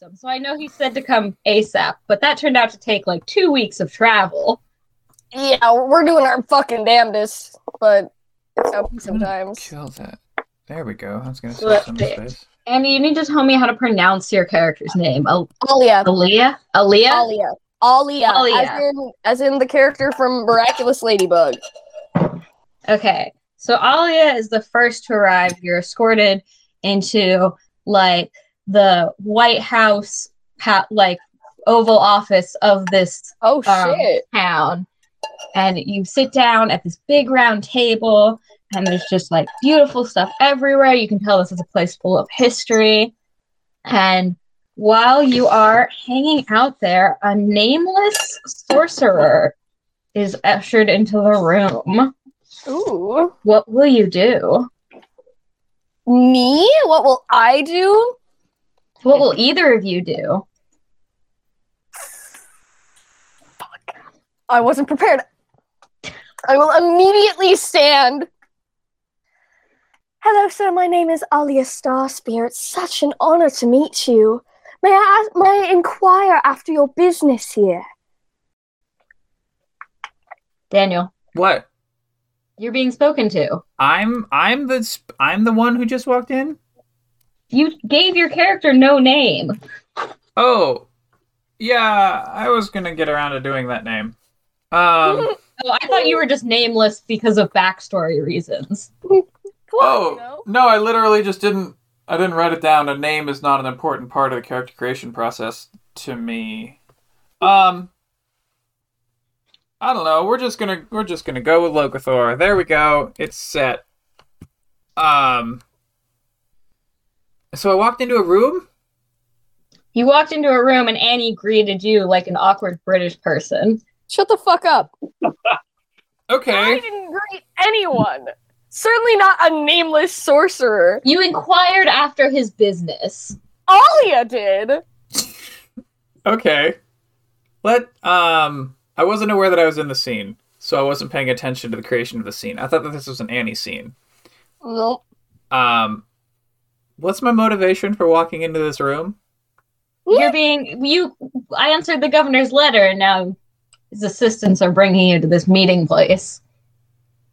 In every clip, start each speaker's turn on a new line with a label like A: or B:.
A: him. So I know he said to come ASAP, but that turned out to take like two weeks of travel.
B: Yeah, we're doing our fucking damnedest, but it's happening sometimes.
C: Kill that. There we go. I was gonna say
A: Well,
C: some
A: bitch.
C: space.
A: Andy, you need to tell me how to pronounce your character's name. Al-
B: Alia.
A: Aaliyah? Aaliyah?
B: Alia. Alia.
A: Alia.
B: As in, as in the character from Miraculous Ladybug.
A: Okay. So Alia is the first to arrive. You're escorted into like the White House, pa- like Oval Office of this
B: Oh
A: Um,
B: shit.
A: town and you sit down at this big round table and there's just like beautiful stuff everywhere you can tell this is a place full of history and while you are hanging out there a nameless sorcerer is ushered into the room
B: Ooh.
A: what will you do
B: Me? What will I do?
A: what will either of you do
B: I wasn't prepared. I will immediately stand. Hello, sir. My name is Alia Star Spirit. Such an honor to meet you. May I ask, may I inquire after your business here?
A: daniel
C: What?
A: you're being spoken to
C: I'm I'm the sp- I'm the one who just walked in.
A: you gave your character no name
C: Oh, yeah. I was gonna get around to doing that name. Um.
A: oh, i thought you were just nameless because of backstory reasons
C: Oh no! I literally just didn't. I didn't write it down. A name is not an important part of the character creation process to me. Um, I don't know. We're just gonna we're just gonna go with Logothor. There we go. It's set. Um. So I walked into a room.
A: You walked into a room and Annie greeted you like an awkward British person.
B: Shut the fuck up. I
C: Okay.
B: didn't greet anyone. Certainly not a nameless sorcerer.
A: You inquired after his business.
B: Alia did.
C: Okay. Let um. I wasn't aware that I was in the scene, so I wasn't paying attention to the creation of the scene. I thought that this was an Annie scene.
B: Nope.
C: Um, what's my motivation for walking into this room?
A: You're being you I answered the governor's letter and now his assistants are bringing you to this meeting place.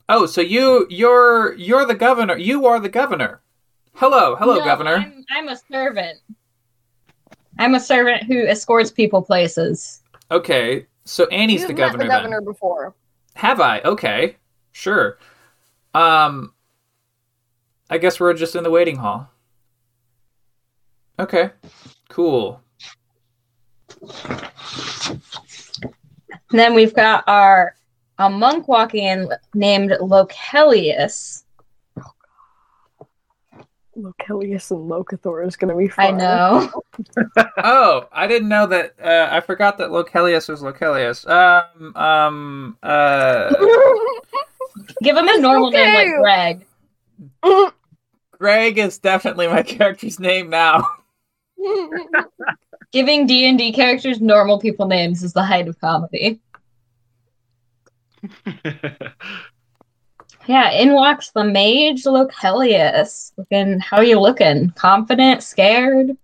C: Oh, so you you're you're the governor. You are the governor. Hello, hello,
A: No,
C: governor.
A: I'm, I'm a servant. I'm a servant who escorts people places.
C: Okay, so Annie's the
B: You've met
C: governor.
B: the governor before.
C: Then. Have I? Okay, sure. Um, I guess we're just in the waiting hall. Okay, cool.
A: And then we've got our a monk walking in named Locelius.
B: Lokelius and Locathor is gonna be
A: I know.
C: oh, I didn't know that. Uh, I forgot that Locelius was Locelius. Um, um, uh,
A: Give him a normal name
B: okay.
A: like Greg.
C: Greg is definitely my character's name now.
A: giving d&d characters normal people names is the height of comedy yeah in walks the mage locelius looking how you looking confident scared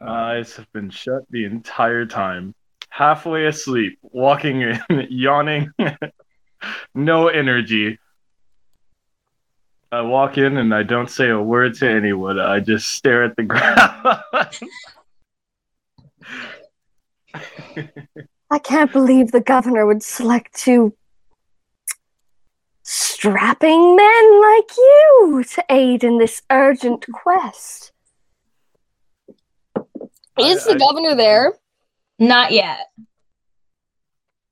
D: Eyes have been shut the entire time. Halfway asleep, walking in, yawning, no energy. I walk in and I don't say a word to anyone. I just stare at the ground.
B: I can't believe the governor would select two strapping men like you to aid in this urgent quest. Is the
D: I- I-
B: governor there?
A: not yet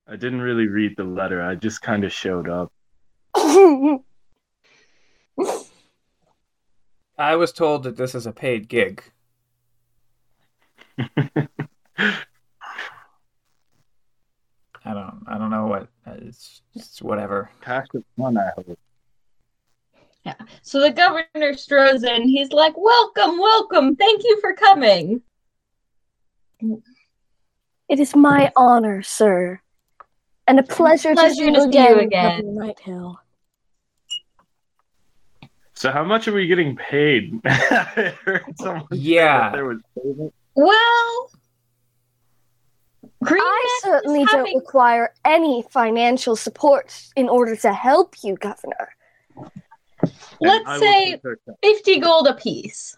D: I didn't really read the letter. I just kind of showed up.
C: I was told that this is a paid gig. I don't. I don't know what. It's, it's whatever.
D: Packed with fun, I hope.
A: so the governor strolls in he's like welcome welcome thank you for coming
B: It is my honor, sir, and a pleasure,
A: Pleasure to
B: to, see
A: see you
B: you
A: again.
B: again, Governor Nighthill.
D: So, how much are we getting paid? I heard someone say that
C: Yeah.
D: there was paid isn't?
A: Well, Green
B: I
A: Man is
B: certainly don't
A: having-
B: require any financial support in order to help you, Governor.
D: And
A: Let's
D: I will
A: say-
D: take her account.
A: 50 gold apiece.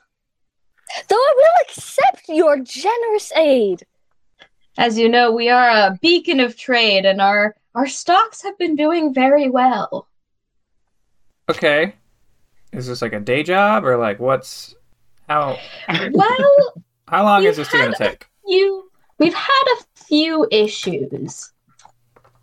B: Though I will accept your generous aid.
A: As you know, we are a beacon of trade and our, our stocks have been doing very well.
C: Okay. Is this like a day job or like what's how
A: Well,
C: how long
A: You
C: is this gonna
A: had-
C: take?
A: you we've had a few issues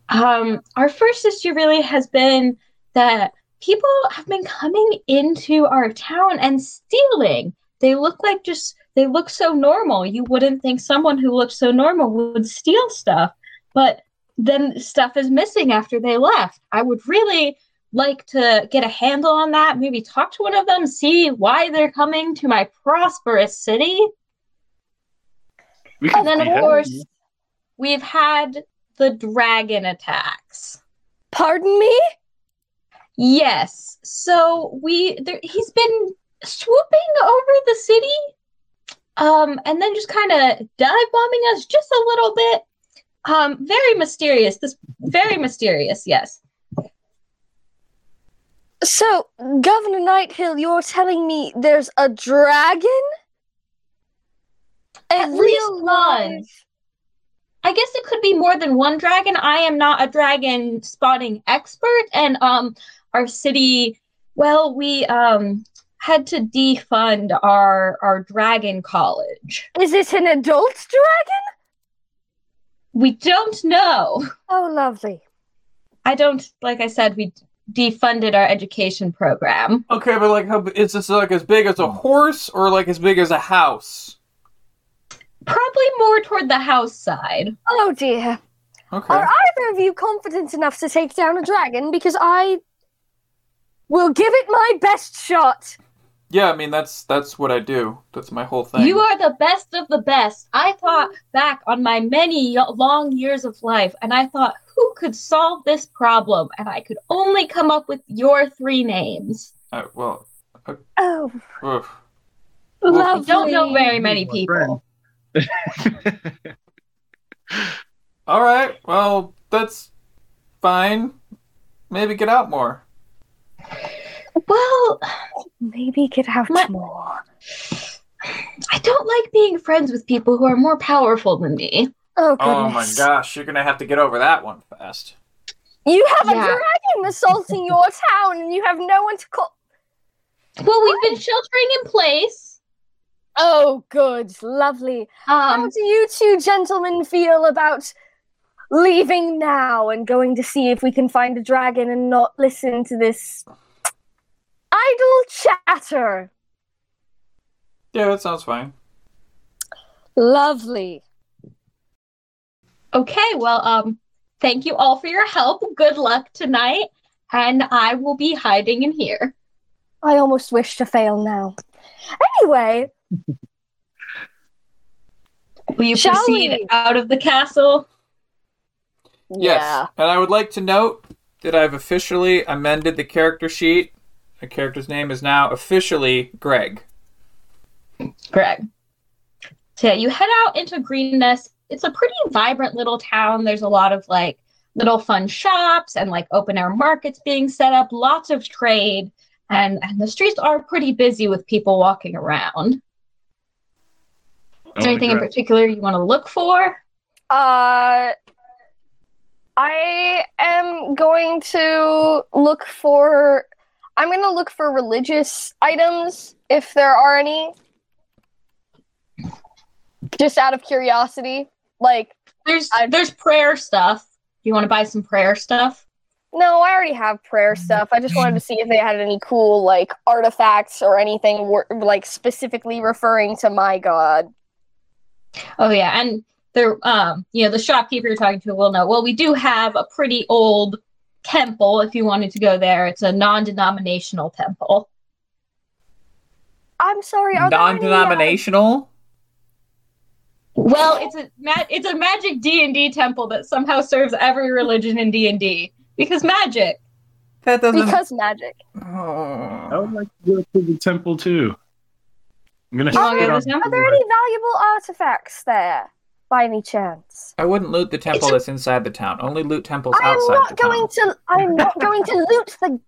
A: um our first issue really has been that people have been coming into our town and stealing they look like just they look so normal you wouldn't think someone who looks so normal would steal stuff but then stuff is missing after they left i would really like to get a handle on that maybe talk to one of them see why they're coming to my prosperous city
D: We
A: and
D: could
A: then, of
D: behead
A: course,
D: you.
A: we've had the dragon attacks.
B: Pardon me?
A: Yes. So we there, he's been swooping over the city, um, and then just kind of dive bombing us just a little bit. Um, very mysterious. This very mysterious. Yes.
B: So, Governor Nighthill, you're telling me there's a dragon? A
A: At least
B: real
A: one.
B: live-
A: I guess it could be more than one dragon. I am not a dragon spotting expert, and um, our city, well, we um had to defund our our dragon college.
B: Is it an adult dragon?
A: We don't know.
B: Oh, lovely.
A: I don't like. I said we defunded our education program.
C: Okay, but like how is this like as big as a horse or like as big as a house?
A: Probably more toward the house side.
B: Oh, dear.
C: Okay.
B: Are either of you confident enough to take down a dragon? Because I will give it my best shot.
C: Yeah, I mean that's that's what I do. That's my whole thing.
A: You are the best of the best. I thought back on my many y- long years of life, and I thought, who could solve this problem? And I could only come up with your three names.
C: Uh, well,
B: Oh,
C: oof.
A: I
B: lovely.
A: don't know very many
D: My
A: people.
C: all right. Well, that's fine. Maybe get out more.
A: Well,
B: Maybe get out
A: My-
B: more.
A: I don't like being friends with people who are more powerful than me.
B: Oh, goodness.
C: Oh my gosh, you're gonna have to get over that one fast.
B: You have a
A: Yeah.
B: dragon assaulting your town and you have no one to call.
A: Well, we've been sheltering in place.
B: Oh, good. Lovely. How
A: Um,
B: do you two gentlemen feel about leaving now and going to see if we can find a dragon and not listen to this idle chatter?
C: Yeah, that sounds fine.
B: Lovely.
A: okay, well, um, thank you all for your help. Good luck tonight, and I will be hiding in here.
B: I almost wish to fail now. Anyway,
A: Will you
B: Shall
A: proceed
B: we?
A: out of the castle?
C: Yes. And I would like to note that I've officially amended the character sheet. The character's name is now officially Greg.
A: Greg. So yeah, you head out into Greenness. It's a pretty vibrant little town. There's a lot of like little fun shops and like open air markets being set up, lots of trade, and, and the streets are pretty busy with people walking around. Is
D: I
A: there
D: wanna
A: anything in
D: grab-
A: particular you want to look for?
B: Uh, I am going to look for. I'm going to look for religious items if there are any. Just out of curiosity. Like,
A: There's
B: I-
A: there's prayer stuff. Do you want to buy some prayer stuff?
B: no, I already have prayer stuff. I just wanted to see if they had any cool, like, artifacts or anything, wor- like, specifically referring to my god.
A: Oh yeah, and there, um, you know, the shopkeeper you're talking to will know. Well, we do have a pretty old temple. If you wanted to go there, it's a non-denominational temple.
B: I'm sorry. Are there any, uh,
C: Non-denominational.
A: Well, it's a ma- it's a magic D and D temple that somehow serves every religion in D and D because magic.
C: That doesn't.
B: Because magic.
D: I
C: Oh.
D: would like to go to Oh, the temple too. I'm gonna
A: You wanna
D: spit
A: go
D: on
A: this time?
B: Are there any valuable artifacts there, by any chance?
C: I wouldn't loot the temple
B: It's-
C: that's inside the town. Only loot temples
B: I'm
C: outside
B: not
C: the town.
B: going to. I'm not going to loot the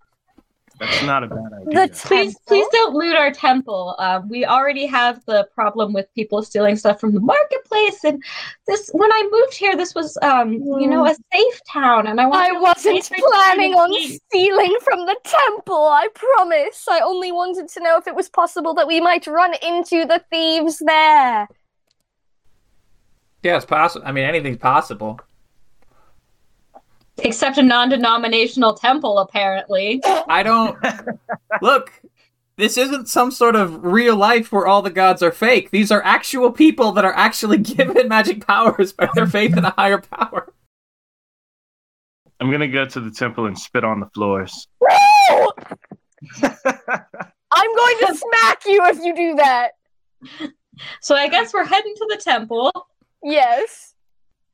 D: That's not a bad
B: the
D: idea.
A: Please,
B: temple.
A: please don't loot our temple. Um, we already have the problem with people stealing stuff from the marketplace, and this. When I moved here, this was, um, you know, a safe town, and I want.
B: Mm. I
A: to-
B: wasn't
A: It's like
B: planning on
A: cheating.
B: stealing from the temple, I promise. I only wanted to know if it was possible that we might run into the thieves there.
C: Yeah, it's possible. I mean, anything's possible.
A: except a non-denominational temple, apparently.
C: I don't look. This isn't some sort of real life where all the gods are fake. These are actual people that are actually given magic powers by their faith in a higher power.
D: I'm gonna go to the temple and spit on the floors.
B: No! I'm going to smack you if you do that.
A: So I guess we're heading to the temple.
B: Yes.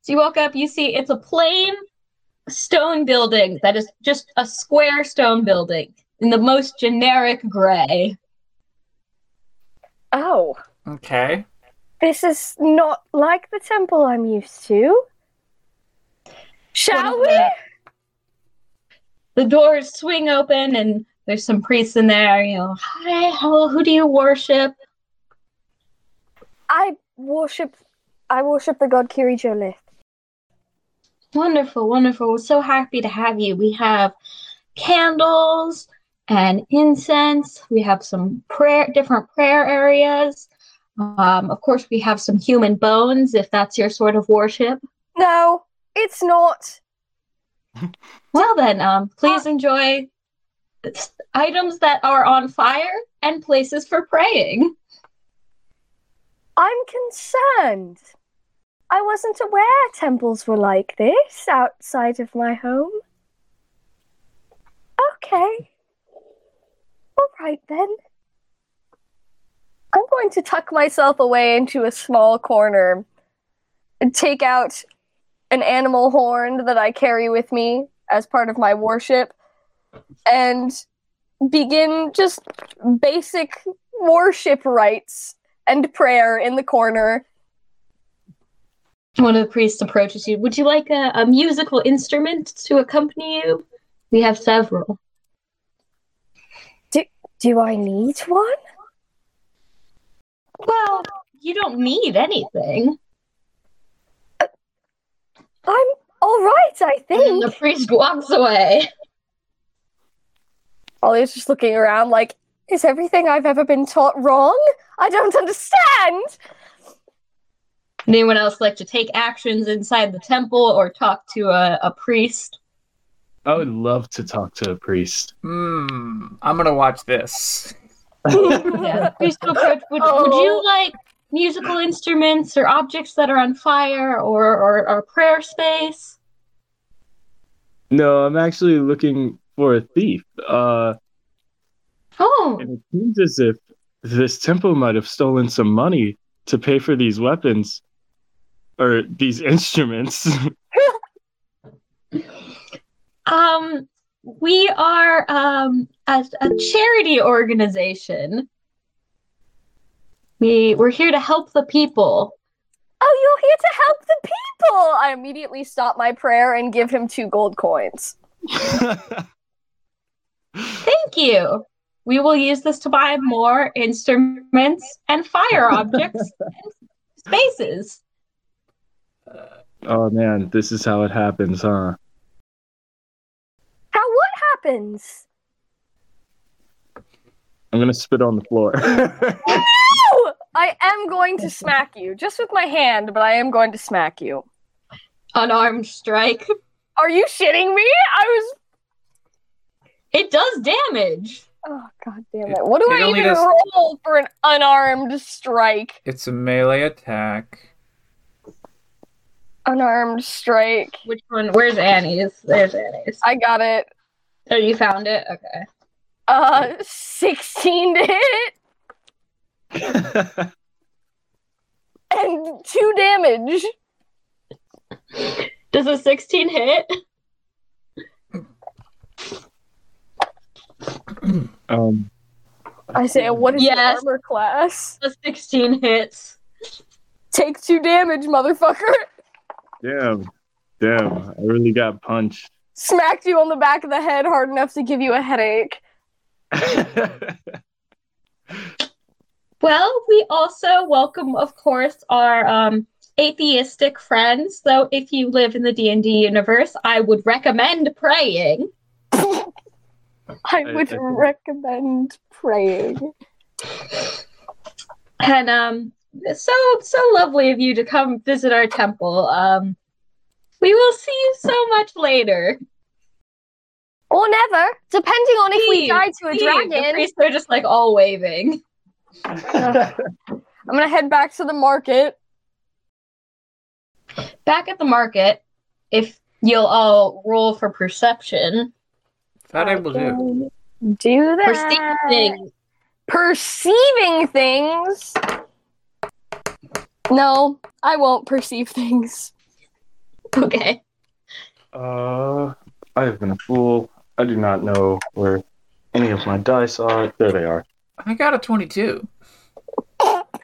A: So you walk up, you see it's a plain stone building that is just a square stone building in the most generic gray.
B: Oh,
C: Okay.
B: this is not like the temple I'm used to. Shall we?
A: uh, The doors swing open and there's some priests in there, you know, hi, hello, who do you worship?
B: I worship. I worship the god Kiri Jolith.
A: Wonderful, wonderful. We're so happy to have you. We have candles and incense. We have some prayer, different prayer areas. Um, of course, we have some human bones if that's your sort of worship.
B: No, it's not.
A: Well, then, um, please enjoy s- items that are on fire and places for praying.
B: I'm concerned. I wasn't aware temples were like this outside of my home. Okay. All right then. I'm going to tuck myself away into a small corner and take out an animal horn that I carry with me as part of my worship and begin just basic worship rites and prayer in the corner.
A: One of the priests approaches you. Would you like a, a musical instrument to accompany you? We have several.
B: Do I need one?
A: Well, you don't need anything.
B: I'm all right, I
A: And the
B: think.
A: priest walks away.
B: Ollie's just looking around like, is everything I've ever been taught wrong? I don't understand.
A: Anyone else like to take actions inside the temple or talk to a, a priest?
D: I would love to talk to a priest.
C: Hmm. I'm gonna watch this.
A: Yeah, the priest will approach. Would, would
B: Oh.
A: you like musical instruments or objects that are on fire or, or, or prayer space?
D: No, I'm actually looking for a thief. Uh,
A: Oh,
D: and it seems as if this temple might have stolen some money to pay for these weapons or these instruments.
A: um, we are um a, a charity organization. We we're here to help the people.
B: Oh, you're here to help the people. I immediately stop my prayer and give him two gold coins.
A: Thank you. We will use this to buy more instruments and fire objects and spaces.
D: oh man, this is how it happens, huh?
B: How what happens?
D: I'm gonna spit on the floor.
B: No! I am going to smack you, just with my hand, but I am going to smack you.
A: Unarmed strike.
B: Are you shitting me? I was.
A: It does damage.
B: Oh god damn it! What do
C: It
B: I
C: only
B: even
C: does-
B: roll for an unarmed strike?
C: It's a melee attack.
B: Unarmed strike.
A: Which one? Where's Annie's? There's Annie's.
B: I got it.
A: Oh, you found it. Okay.
B: Uh, sixteen to hit and two damage.
A: Does a sixteen hit?
D: um,
B: Isaiah, what is
A: Yes.
B: your armor class?
A: The 16 hits.
B: Take two damage, motherfucker.
D: Damn. Damn. I really got punched.
B: Smacked you on the back of the head hard enough to give you a headache.
D: Uh,
A: Well, we also welcome, of course, our um, atheistic friends. So, if you live in the D and D universe, I would recommend praying.
B: I
D: I-
B: would
D: I think-
B: recommend praying.
A: And um, so so lovely of you to come visit our temple. Um, we will see you so much later.
B: Or never, depending on if we
A: Please,
B: die to a
A: See, The
B: dragon.
A: priests are just like all waving.
B: I'm gonna head back to the market.
A: Back at the market, if you'll all roll for perception,
C: That I will do.
B: Do that.
A: perceiving.
B: Perceiving things. No, I won't perceive things.
A: Okay.
D: uh, I have been a fool. I do not know where any of my dice are. There they are.
C: I got a 22.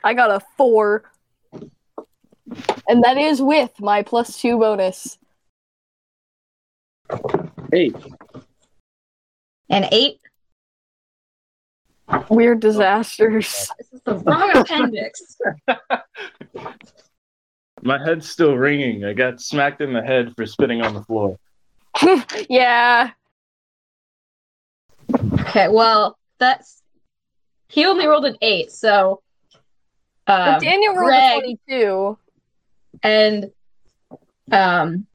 B: I got a four. And that is with my plus two bonus.
D: Eight.
A: An eight.
B: Weird disasters.
A: This is the wrong appendix.
D: My head's still ringing. I got smacked in the head for spitting on the floor.
B: yeah.
A: Okay, well, that's he only rolled an eight, so
B: But
A: um,
B: Daniel rolled
A: Greg.
B: a 22.
A: and um,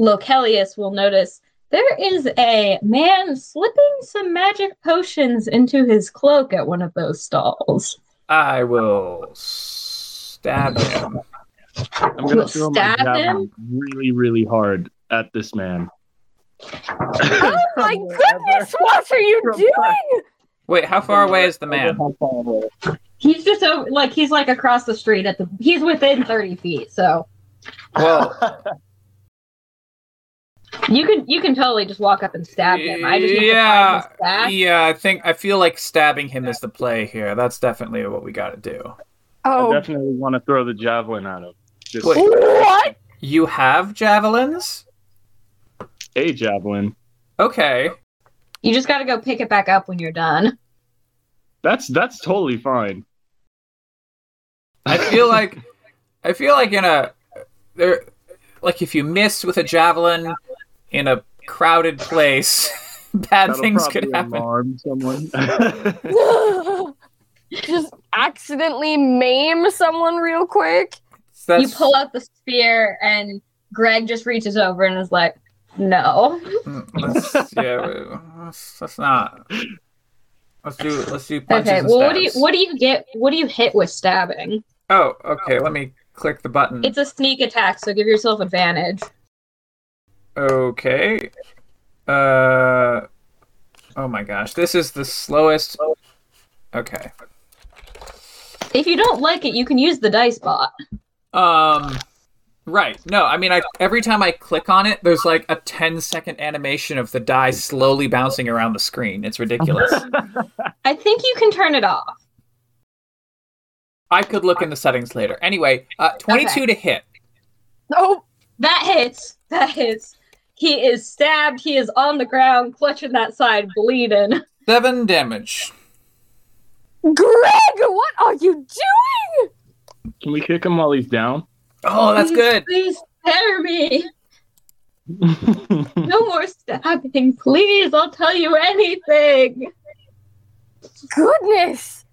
A: Locelius will notice there is a man slipping some magic potions into his cloak at one of those stalls.
C: I will stab him.
D: I'm
A: You'll
D: gonna throw my
A: stab
D: javelin really, really hard at this man.
B: Oh my goodness, what are you doing?
C: Wait, how far away is the man?
A: He's just over, like he's like across the street at the. He's within thirty feet, so
C: Well,
A: you can you can totally just walk up and stab him. I just need
C: Yeah.
A: to find his back.
C: yeah, I think I feel like stabbing him is the play here. That's definitely what we got to do.
D: I
B: Oh,
D: definitely want to throw the javelin at him. Just
C: Wait.
B: what?
C: You have javelins?
D: a javelin.
C: Okay.
A: You just got to go pick it back up when you're done.
D: That's that's totally fine.
C: I feel like I feel like in a there like if you miss with a javelin in a crowded place, bad
D: That'll
C: things could
D: probably
C: happen.
D: Alarm someone.
B: Just accidentally maim someone real quick.
C: That's,
A: you pull out the spear and greg just reaches over and is like no
C: Mm, let's, yeah, we- let's, let's not. Let's do let's do punches
A: okay
C: and
A: well what do you
C: stabs.
A: what do you get what do you hit with stabbing
C: Oh, okay. Let me click the button.
A: it's a sneak attack so give yourself advantage
C: Okay. Uh. Oh my gosh, this is the slowest. Okay.
A: if you don't like it you can use the dice bot
C: Um. Right. No, I mean, I every time I click on it, there's like a 10 second animation of the die slowly bouncing around the screen. It's ridiculous.
A: i think you can turn it off
C: I could look in the settings later. Anyway, uh, 22 to hit.
B: Oh,
A: that hits that hits he is stabbed he is on the ground clutching that side bleeding
C: Seven damage.
B: Greg, what are you doing?
D: Can we kick him while he's down?
C: Oh, that's
A: Please,
C: good.
A: please spare me no more stabbing please i'll tell you anything
B: Goodness.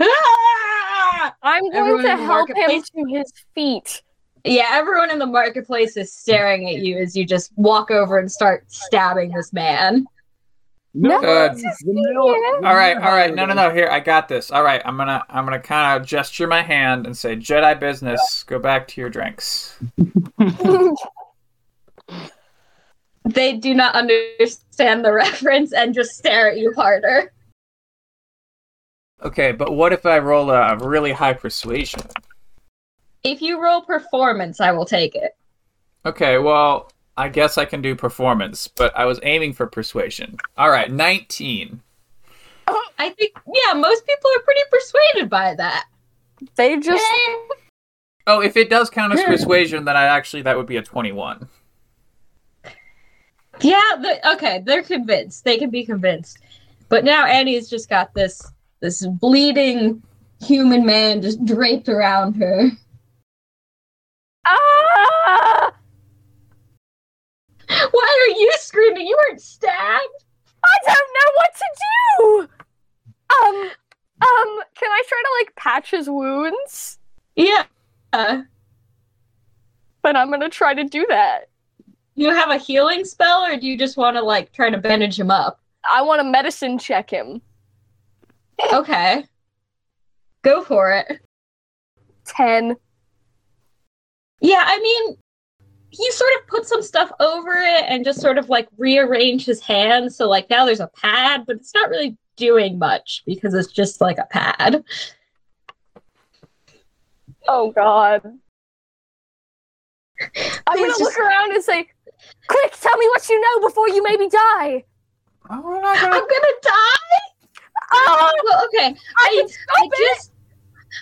A: Ah!
B: I'm going
A: Everyone
B: to
A: in the
B: help him
A: marketplace?
B: to his feet.
A: Yeah, everyone in the marketplace is staring at you as you just walk over and start stabbing this man.
B: No,
C: Good.
B: just
D: The middle-
B: here.
D: the
C: All right, all right. No,
D: middle-
C: no, no. Here, I got this. All right, I'm gonna, I'm gonna kind of gesture my hand and say, "Jedi business. Go back to your drinks."
A: They do not understand the reference and just stare at you harder.
C: Okay, but what if I roll a really high persuasion?
A: If you roll performance, I will take it.
C: Okay, well, I guess I can do performance, but I was aiming for persuasion. All right, 19.
A: I think, yeah, most people are pretty persuaded by that.
B: They just
A: Eh,
C: Oh, if it does count as persuasion, then I actually that would be a twenty-one.
A: yeah, the, okay, they're convinced. They can be convinced. But now Annie's just got this this bleeding human man just draped around her.
B: ah!
A: Why are you screaming? You weren't stabbed.
B: I don't know what to do. Um, um, can I try to like patch his wounds?
A: Yeah. Uh,
B: But I'm gonna try to do that.
A: you have a healing spell, or do you just want to like try to bandage him up?
B: I want to medicine check him.
A: Okay. Go for it.
B: Ten.
A: Yeah, I mean, he sort of put some stuff over it and just sort of like rearranged his hands. So, like, now there's a pad, but it's not really doing much because it's just like a pad.
B: Oh God. I'm
A: Please
B: gonna
A: just-
B: look around and say, "Quick, tell me what you know before you maybe die."
C: Oh, we're
B: Uh-huh.
C: not
A: I'm
C: gonna-
A: gonna die!
B: Oh,
A: Well, okay.
B: I
A: I,
B: can stop
A: I
B: it.
A: just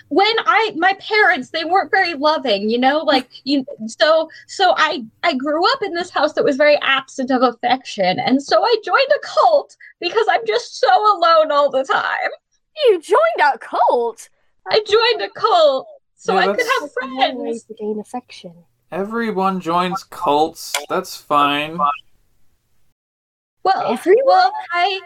A: when I my parents they weren't very loving, you know, like you so so I I grew up in this house that was very absent of affection and so I joined a cult because I'm just so alone all the time.
B: You joined a cult.
A: I joined a cult so
C: Yeah,
A: I could
C: that's-
A: have friends.
B: to gain affection.
C: Everyone joins cults. That's fine.
A: Well,
B: Everyone?
A: well, I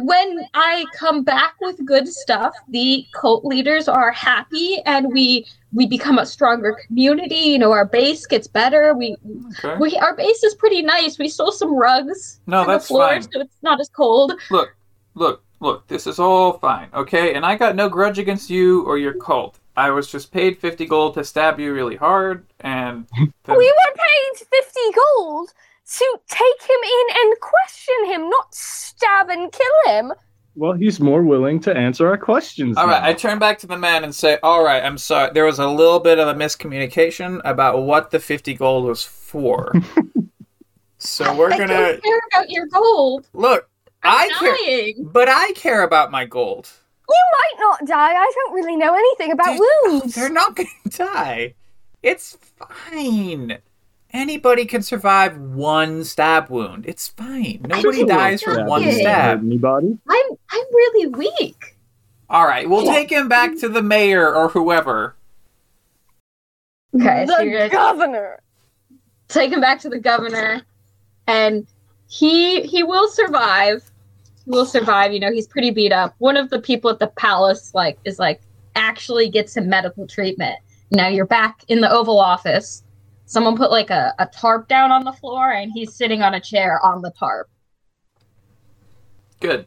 A: when I come back with good stuff, the cult leaders are happy and we we become a stronger community, you know, our base gets better. We
C: Okay.
A: We our base is pretty nice. We stole some rugs
C: No,
A: from the
C: that's
A: floor,
C: fine.
A: so it's not as cold.
C: Look, look, look. This is all fine, okay? And I got no grudge against you or your cult. I was just paid fifty gold to stab you really hard, and then-
B: We were paid 50 gold to take him in and question him, not stab and kill him.
D: Well, he's more willing to answer our questions.
C: All right,
D: now.
C: I turn back to the man and say, "All right, I'm sorry. There was a little bit of a miscommunication about what the 50 gold was for. so we're
A: I
C: going to
A: don't care about your gold.
C: Look, I
A: I'm
C: care
A: dying.
C: but I care about my gold.
B: You might not die. I don't really know anything about
C: Dude, oh,
B: wounds.
C: They're not going to die. It's fine. Anybody can survive one stab wound. It's fine. Nobody
A: don't
C: dies from
A: like
C: one
A: it.
C: stab.
D: Anybody?
A: I'm I'm really weak.
C: All right, we'll take him back to the mayor or whoever.
A: Okay, so you're
B: the
A: gonna
B: governor.
A: take him back to the governor, and he he will survive. He will survive. You know, he's pretty beat up. One of the people at the palace like is like actually gets him medical treatment. Now you're back in the Oval Office. Someone put like a, a tarp down on the floor, and he's sitting on a chair on the tarp.
C: Good.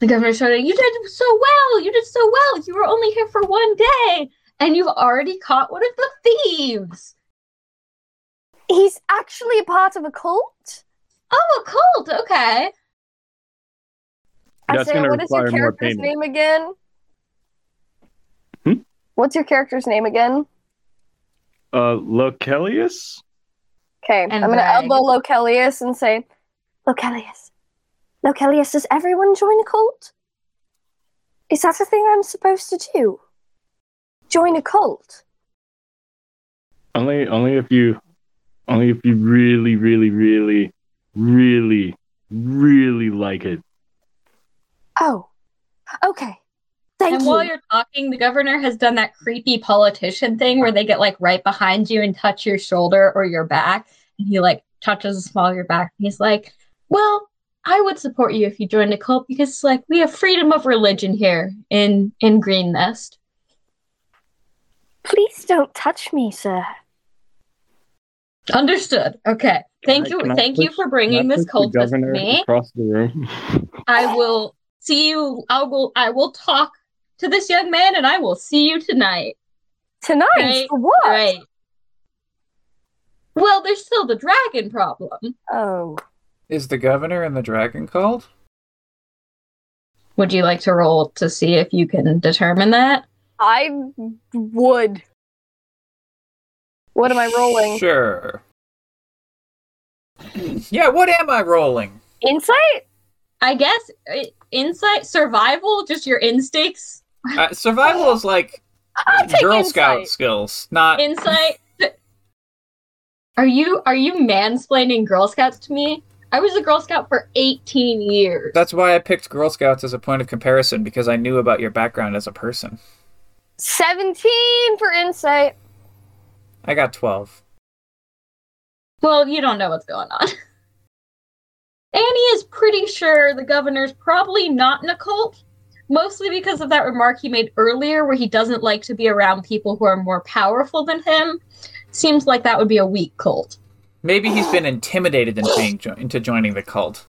A: The governor shouted, You did so well! You did so well! You were only here for one day! And you've already caught one of the thieves!
B: He's actually a part of a cult.
A: Oh, a cult! Okay.
D: That's
B: I say,
D: gonna
B: what is your
D: require more
B: character's
D: payment.
B: name again?
D: Hmm?
B: What's your character's name again?
D: Uh, Locelius?
B: Okay, I'm gonna
A: brag.
B: elbow Locelius and say, Locelius, Locelius, does everyone join a cult? Is that a thing I'm supposed to do? Join a cult?
D: Only, only if you, only if you really, really, really, really, really like it.
B: Oh, okay. Thank
A: and
B: you.
A: while you're talking, the governor has done that creepy politician thing where they get like right behind you and touch your shoulder or your back. And he like touches the small of your back. And he's like, Well, I would support you if you joined a cult because like we have freedom of religion here in in Green Nest.
B: Please don't touch me, sir.
A: Understood. Okay. Thank
D: I
A: you.
D: cannot
A: Thank you
D: push-
A: for bringing
D: Not
A: this
D: just the
A: cult with
D: governor
A: me.
D: across the room.
A: I will see you. I will. I will talk to this young man, and I will see you tonight.
B: Tonight?
A: Right,
B: for what?
A: Right. Well, there's still the dragon problem.
B: Oh.
C: Is the governor and the dragon called?
A: Would you like to roll to see if you can determine that?
B: I would. What am I rolling?
C: Sure. Yeah, what am I rolling?
B: Insight?
A: I guess uh, insight, survival, just your instincts,
C: Uh, survival is like
B: I'll take
C: Girl
B: insight.
C: Scout skills, not
A: insight. Are you are you mansplaining Girl Scouts to me? I was a Girl Scout for 18 years.
C: That's why I picked Girl Scouts as a point of comparison because I knew about your background as a person.
B: Seventeen for insight.
C: I got 12.
A: Well, you don't know what's going on. Annie is pretty sure the governor's probably not in a cult, mostly because of that remark he made earlier where he doesn't like to be around people who are more powerful than him. Seems like that would be a weak cult.
C: Maybe he's been intimidated into, being jo- into joining the cult.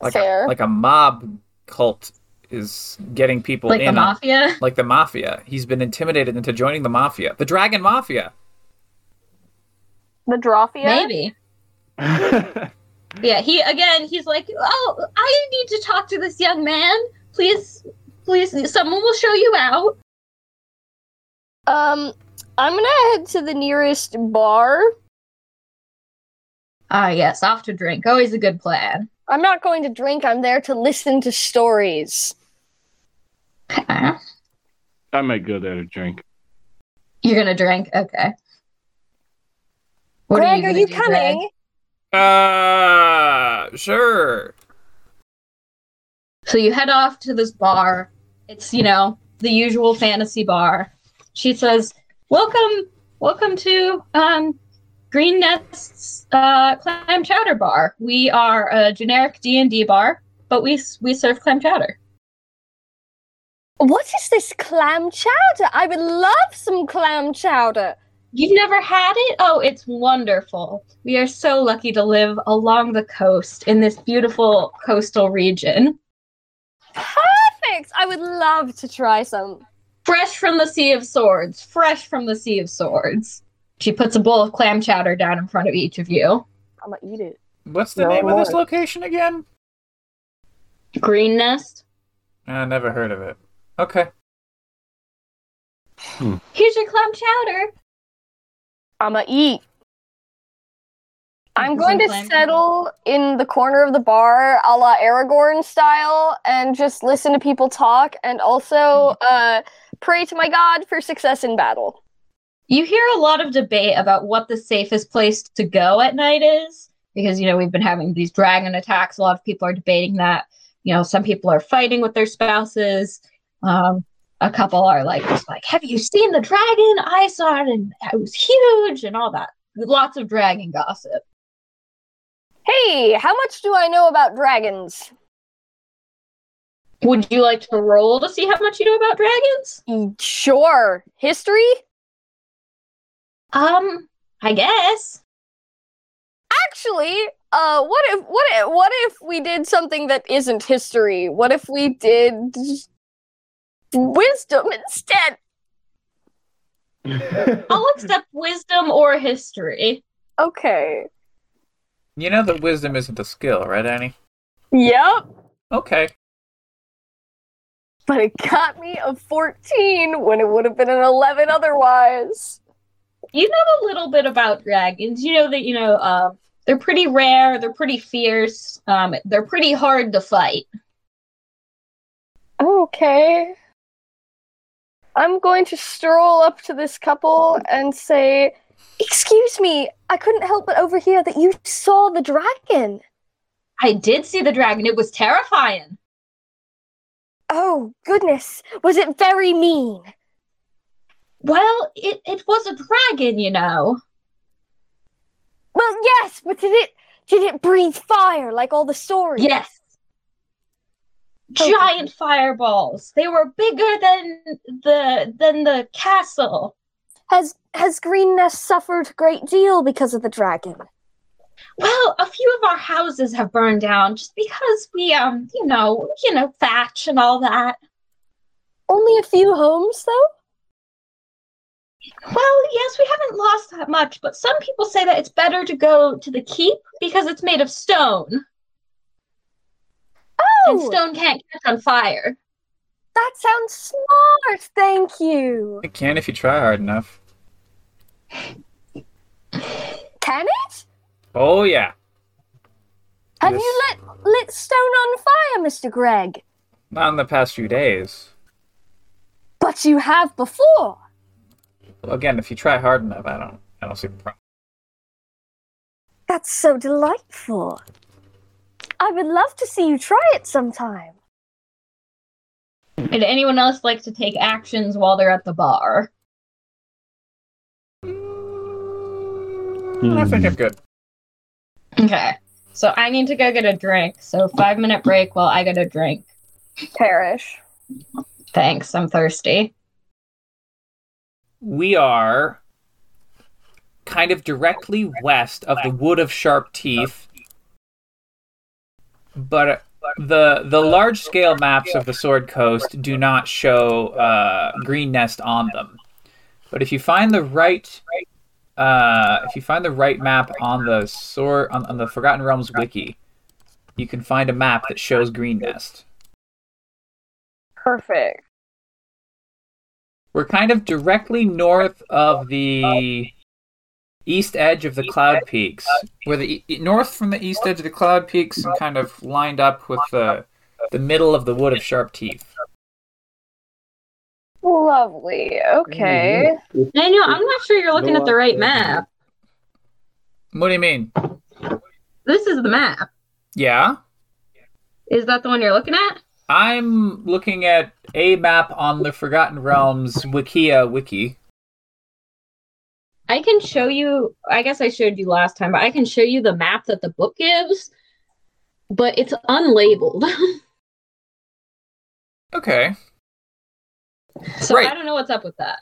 C: Like
B: Fair.
C: A, like a mob cult is getting people
A: Like
C: in
A: the
C: on-
A: mafia.
C: like the mafia. He's been intimidated into joining the mafia. The Dragon Mafia.
B: The Drophia.
A: Maybe. Yeah, he again, he's like, "Oh, I need to talk to this young man. Please, please someone will show you out."
B: Um, I'm gonna head to the nearest bar.
A: Ah, yes, off to drink. Always a good plan.
B: I'm not going to drink. I'm there to listen to stories.
D: I might go there to drink.
A: You're going to drink. Okay. What
B: Greg, are
A: gonna
B: you
A: do,
B: coming?
A: Greg?
C: Uh, sure.
A: So you head off to this bar. It's, you know, the usual fantasy bar. She says, "Welcome, welcome to um Green Nest's uh, clam chowder bar. We are a generic D&D bar, but we s- we serve clam chowder."
B: What is this clam chowder? I would love some clam chowder.
A: You've never had it? Oh, it's wonderful. We are so lucky to live along the coast in this beautiful coastal region.
B: Perfect. I would love to try some.
A: Fresh from the Sea of Swords. Fresh from the Sea of Swords. She puts a bowl of clam chowder down in front of each of you.
B: I'm gonna eat it.
C: What's the
B: No
C: name of this
B: more.
C: location again?
A: Green Nest.
C: I never heard of it. Okay.
A: Here's your clam chowder.
B: I'm gonna eat. I'm
A: Some
B: going to
A: clam chowder.
B: settle in the corner of the bar, a la Aragorn style, and just listen to people talk, and also
A: Mm-hmm.
B: uh, pray to my god for success in battle.
A: You hear a lot of debate about what the safest place to go at night is because, you know, we've been having these dragon attacks. A lot of people are debating that. You know, some people are fighting with their spouses. Um, a couple are like, just like, have you seen the dragon? I saw it and it was huge and all that. Lots of dragon gossip.
B: Hey, how much do I know about dragons?
A: Would you like to roll to see how much you know about dragons?
B: Mm, Sure. History?
A: Um, I guess.
B: Actually, uh, what if what if what if we did something that isn't history? What if we did wisdom instead?
A: I'll accept wisdom or history.
B: Okay.
C: You know that wisdom isn't a skill, right, Annie?
B: Yep.
C: Okay.
B: But it got me a 14 when it would have been an 11 otherwise.
A: You know a little bit about dragons. You know that, you know, um, they're pretty rare, they're pretty fierce, um, they're pretty hard to fight.
B: Okay. I'm going to stroll up to this couple and say, Excuse me, I couldn't help but overhear that you saw the dragon.
A: I did see the dragon, it was terrifying.
B: Oh, goodness. Was it very mean?
A: Well, it, it was a dragon, you know.
B: Well, yes, but did it did it breathe fire like all the stories?
A: Yes.
B: Okay.
A: Giant fireballs. They were bigger than the than the castle.
B: Has has Green Nest suffered a great deal because of the dragon?
A: Well, a few of our houses have burned down just because we, um, you know, you know, thatch and all that.
B: Only a few homes though?
A: Well, yes, we haven't lost that much, but some people say that it's better to go to the keep because it's made of stone, and
B: Oh,
A: stone can't catch on fire.
B: that sounds smart. Thank you.
C: It can if you try hard enough.
B: Can it?
C: Oh, yeah.
B: Have
C: Yes.
B: you lit lit stone on fire, Mister Gregg?
C: Not in the past few days.
B: But you have before.
C: Again, if you try hard enough, I don't. I don't see the problem.
B: That's so delightful. I would love to see you try it sometime.
A: Did anyone else like to take actions while they're at the bar?
D: Hmm.
C: I think I'm good.
A: Okay. So I need to go get a drink. So five minute break while I get a drink.
B: Perish.
A: Thanks. I'm thirsty.
C: we are kind of directly west of the wood of sharp teeth but the the large scale maps of the sword coast do not show uh, green nest on them but if you find the right uh, if you find the right map on the sword on, on the forgotten realms wiki you can find a map that shows green nest
B: Perfect.
C: We're kind of directly north of the east edge of the Cloud Peaks, where the e- north from the east edge of the Cloud Peaks and kind of lined up with the the middle of the Wood of Sharp Teeth.
B: Lovely. Okay.
A: I know. I'm not sure you're looking at the right map.
C: What do you mean?
A: This is the map.
C: Yeah,
A: Is that the one you're looking at?
C: I'm looking at a map on the Forgotten Realms Wikia wiki.
A: I can show you. I guess I showed you last time, but I can show you the map that the book gives, but it's unlabeled.
C: Okay,
A: so
C: Right.
A: I don't know what's up with that.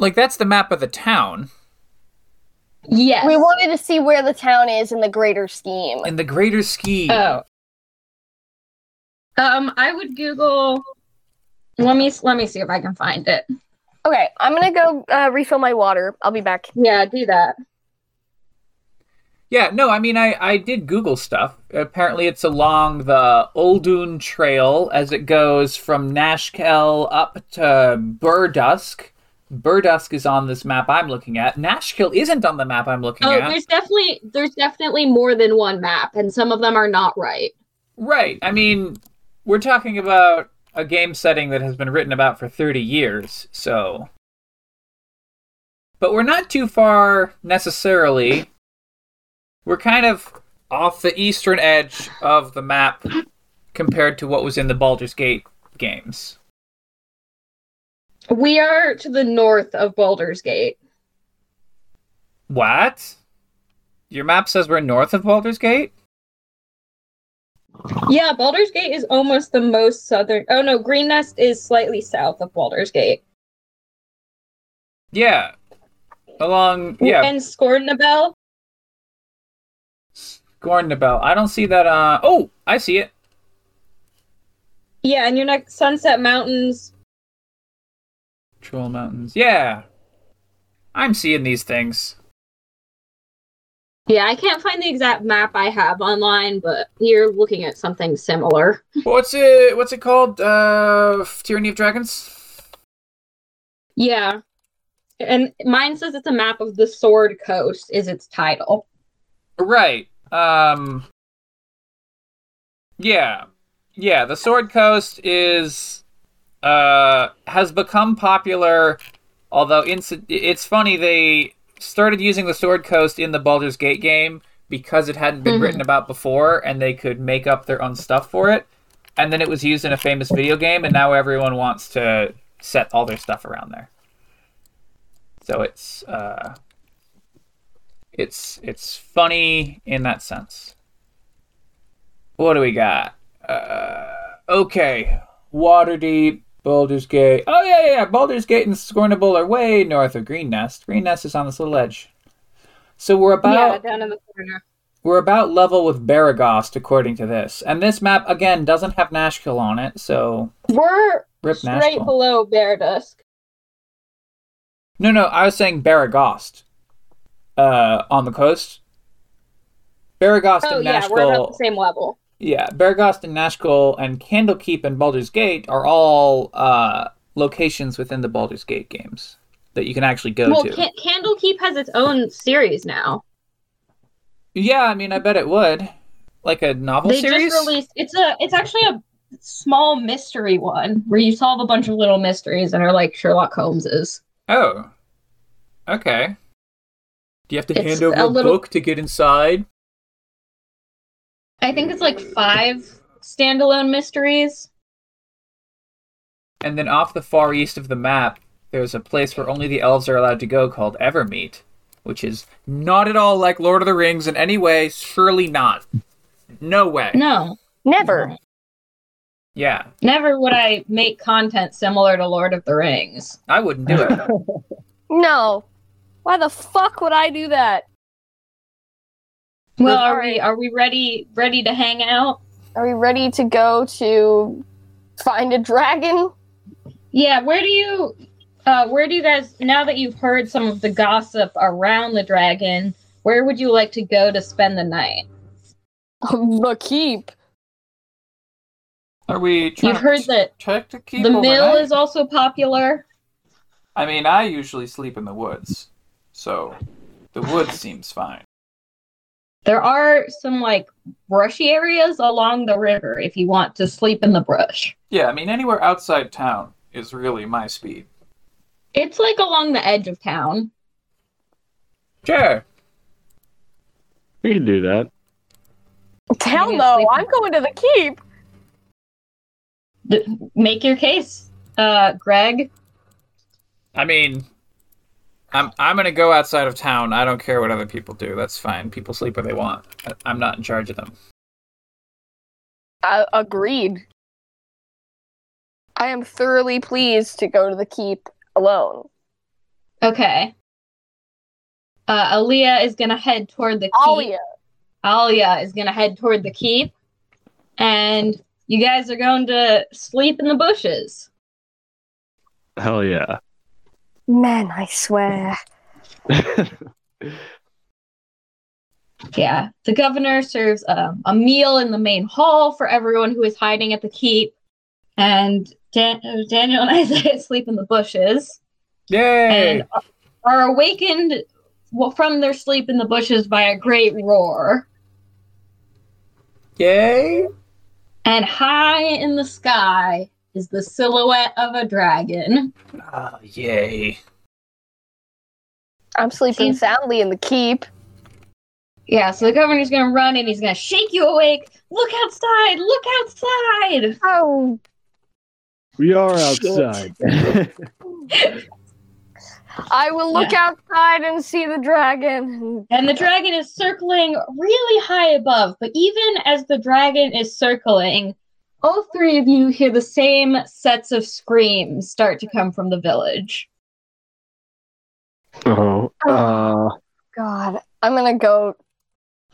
C: like that's the map of the town
A: Yes.
B: We wanted to see where the town is in the greater scheme.
C: in the Greater Ski.
A: Oh. Um, I would Google. Let me let me see if I can find it.
B: Okay, I'm gonna go uh, refill my water. I'll be back.
A: Yeah, do that.
C: Yeah, no, I mean, I, I did Google stuff. Apparently, it's along the Oldoon Trail as it goes from Nashkel up to Burdusk. Burdusk is on this map I'm looking at. Nashkill isn't on the map I'm looking
A: Oh,
C: at.
A: there's definitely there's definitely more than one map, and some of them are not right.
C: Right. I mean, we're talking about a game setting that has been written about for 30 years, so. But we're not too far necessarily. We're kind of off the eastern edge of the map compared to what was in the Baldur's Gate games.
A: We are to the north of Baldur's Gate.
C: What? Your map says we're north of Baldur's Gate?
A: Yeah, Baldur's Gate is almost the most southern. Oh no, Green Nest is slightly south of Baldur's Gate.
C: Yeah. Along, yeah,
A: And Scornabel.
C: Gornabel. I don't see that. Uh... Oh, I see it.
A: Yeah, and you're next Sunset Mountains.
C: Troll Mountains. Yeah. I'm seeing these things.
A: Yeah, I can't find the exact map I have online, but you're looking at something similar.
C: What's it what's it called? Uh Tyranny of Dragons?
A: Yeah. And mine says it's a map of the Sword Coast is its title.
C: Right. Um Yeah. Yeah, the Sword Coast is uh has become popular although inci- it's funny they started using the Sword Coast in the Baldur's Gate game because it hadn't been
A: Mhm.
C: written about before and they could make up their own stuff for it. And then it was used in a famous video game and now everyone wants to set all their stuff around there. So it's uh it's it's funny in that sense. What do we got? Uh, okay, Waterdeep, Baldur's Gate. Oh yeah, yeah, yeah, Baldur's Gate and Scornable are way north of Green Nest. Green Nest is on this little edge. So we're
A: yeah,
C: about
A: down in the corner.
C: we're about level with Baragost according to this. And this map again doesn't have Nashkill on it, so
A: We're
C: rip
A: straight
C: Nashkill.
A: below Bear Dusk.
C: no, no, I was saying Baragost. Uh, on the coast. Baragost
A: Oh
C: and
A: yeah,
C: Nashkill.
A: we're about the same level.
C: Yeah, Bergost and Nashkol and Candlekeep and Baldur's Gate are all uh, locations within the Baldur's Gate games that you can actually go
A: Well,
C: to.
A: Can- Candlekeep has its own series now.
C: Yeah, I mean, I bet it would. like a novel
A: they
C: series?
A: just released it's a it's actually a small mystery one where you solve a bunch of little mysteries and are like Sherlock Holmes's.
C: Oh. Okay. Do you have to
A: It's
C: hand over
A: a
C: a,
A: little-
C: book to get inside?
A: I think it's like five standalone mysteries.
C: And then off the far east of the map, there's a place where only the elves are allowed to go called Evermeet, which is not at all like Lord of the Rings in any way. Surely not. No way.
A: No,
B: Never.
C: Yeah,
A: never would I make content similar to Lord of the Rings.
C: I wouldn't do it.
B: No. Why the fuck would I do that?
A: Well,
B: All
A: are we are we ready ready to hang out?
B: Are we ready to go to find a dragon?
A: Yeah, where do you uh where do you guys now that you've heard some of the gossip around the dragon, where would you like to go to spend the night?
B: the keep.
C: Are we trying
A: You've heard
C: to
A: that
C: check to keep
A: the mill
C: overnight?
A: is also popular.
C: I mean, I usually sleep in the woods, so the woods seems fine.
A: There are some like brushy areas along the river if you want to sleep in the brush.
C: Yeah, I mean, anywhere outside town is really my speed.
A: It's like along the edge of town.
C: Sure.
D: We can do that.
B: Hell
A: Maybe
B: no,
A: sleep-
B: I'm going to the keep.
A: D- make your case, uh, Greg.
C: I mean, I'm I'm gonna go outside of town. I don't care what other people do. That's fine. People sleep where they want. I- I'm not in charge of them.
B: Uh, agreed. I am thoroughly pleased to go to the keep alone.
A: Okay. Uh, Aaliyah is gonna head toward the keep.
B: Alia.
A: Alia is gonna head toward the keep, and you guys are going to sleep in the bushes.
D: Hell yeah.
B: Man, I swear.
A: Yeah, the governor serves um, a meal in the main hall for everyone who is hiding at the keep, and Dan- uh, Daniel and Isaiah sleep in the bushes
C: Yay!
A: and are awakened w- from their sleep in the bushes by a great roar.
C: Yay!
A: And high in the sky is the silhouette of a dragon.
C: Ah, yay!
B: I'm sleeping
A: Seems-
B: soundly in the keep.
A: Yeah, so the governor's gonna run and he's gonna shake you awake. Look outside! Look outside!
B: Oh,
D: we are outside.
B: I will look outside and see the dragon.
A: And the dragon is circling really high above, but even as the dragon is circling, all three of you hear the same sets of screams start to come from the village.
D: oh, uh,
B: God, I'm gonna go.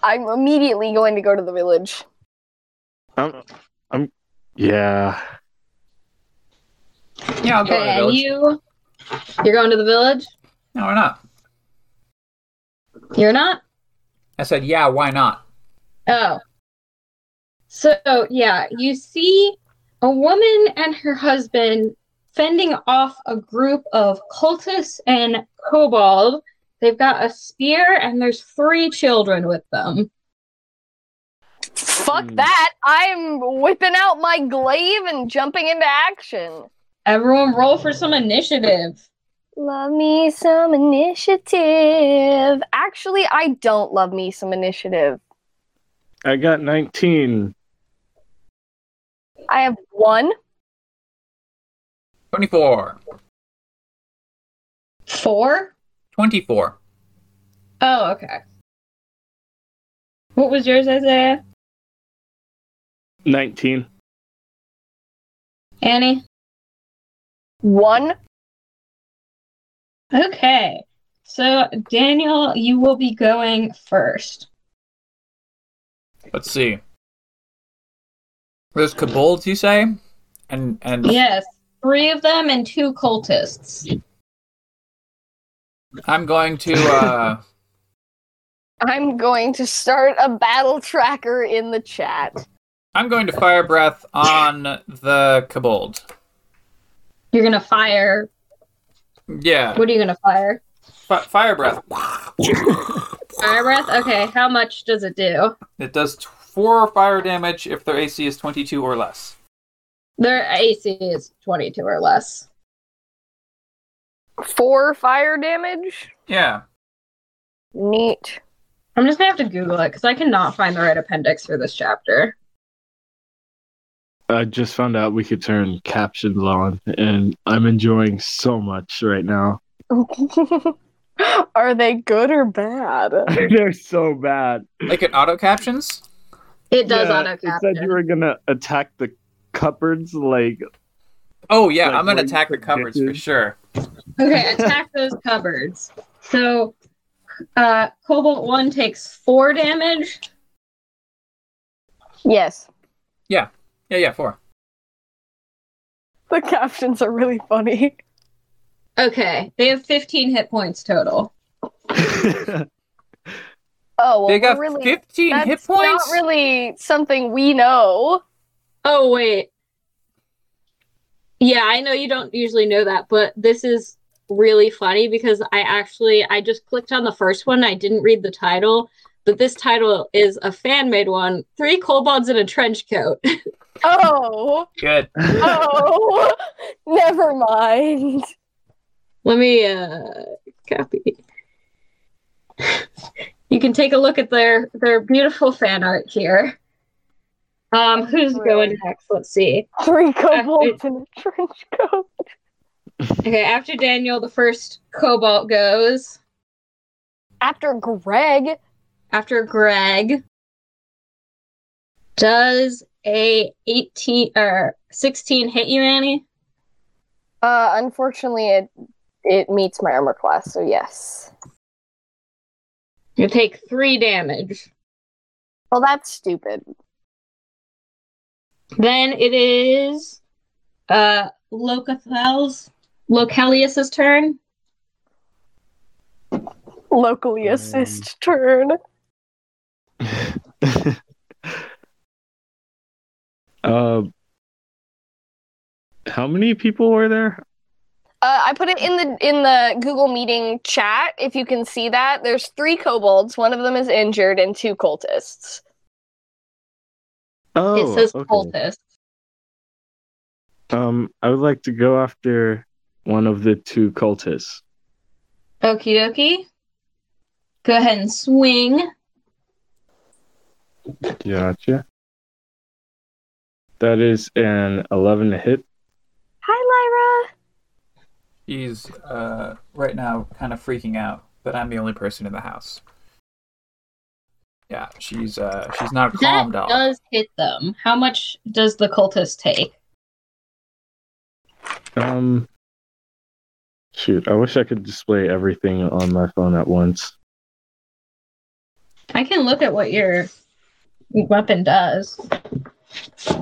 B: I'm immediately going to go to the village.
D: I'm, I'm, yeah.
C: Yeah, I'll go to the
A: And
C: village.
A: you You're going to the village?
C: No, we're not.
A: You're not?
C: I said, yeah. Why not?
A: Oh. So, yeah, you see a woman and her husband fending off a group of cultists and kobold. They've got a spear and there's three children with them.
B: Fuck
D: Hmm.
B: that! I'm whipping out my glaive and jumping into action.
A: Everyone roll for some initiative.
B: Love me some initiative. Actually, I don't love me some initiative.
D: I got 19.
B: I have one.
C: Twenty-four.
A: Four?
C: Twenty-four.
A: Oh, okay. What was yours, Isaiah?
D: 19.
A: Annie?
B: One.
A: Okay. So, Daniel, you will be going first.
C: Let's see. There's kobolds, you say, and and
A: Yes, three of them and two cultists.
C: I'm going to. uh
B: I'm going to start a battle tracker in the chat.
C: I'm going to fire breath on the kobold.
A: You're gonna fire.
C: Yeah,
A: What are you gonna fire?
C: fi fire breath.
A: Fire breath. Okay, how much does it do?
C: It does t- four fire damage if their AC is 22 or less.
A: Their AC is 22 or less.
B: Four fire damage.
C: Yeah.
B: Neat.
A: I'm just gonna have to Google it because I cannot find the right appendix for this chapter.
D: I just found out we could turn captions on, and I'm enjoying so much right now.
B: Are they good or bad?
D: They're so bad.
C: Like it auto captions?
A: It does
D: Yeah,
A: auto
D: It said you
A: capture.
D: were gonna attack the cupboards, like
C: Oh, yeah,
D: Like
C: I'm going to
D: where you
C: attack the cupboards for
D: predicted.
C: sure.
A: Okay, attack those cupboards. So, uh, Cobalt 1 takes 4 damage,
B: Yes.
C: Yeah, yeah, four.
B: The captions are really funny.
A: Okay, they have 15 hit points total.
B: Oh, well,
C: they got
B: we're really,
C: 15
B: that's
C: hit points?
B: not really something we know.
A: Oh, wait. Yeah, I know you don't usually know that, but this is really funny because I actually I just clicked on the first one. I didn't read the title, but this title is a fan-made one. Three kobolds in a trench coat.
B: Oh,
C: Good.
B: oh, never mind.
A: Let me uh copy. you can take a look at their their beautiful fan art here. Um, who's going next? Let's see.
B: Three kobolds in a trench coat.
A: Okay, after Daniel, the first cobalt goes.
B: After Greg,
A: After Greg, does a eighteen or sixteen hit you, Annie?
B: uh, unfortunately, it it meets my armor class, so yes.
A: You take three damage.
B: Well, that's stupid.
A: Then it is uh Locathel's Localius's turn.
B: Locally
D: Um.
B: assist turn.
D: uh, how many people were there?
B: Uh, I put it in the in the Google Meeting chat. If you can see that, there's three kobolds. One of them is injured, and two cultists.
D: Oh,
A: it says
D: okay.
A: cultist.
D: Um, I would like to go after one of the two cultists.
A: Okie dokie. Go ahead and swing.
D: Gotcha. That is an 11 to hit.
B: Hi, Lyra.
C: He's uh, right now kind of freaking out that I'm the only person in the house. Yeah, she's uh, she's not a calm
A: That
C: dog.
A: does hit them. How much does the cultist take?
D: Um, shoot, I wish I could display everything on my phone at once.
A: I can look at what your weapon does.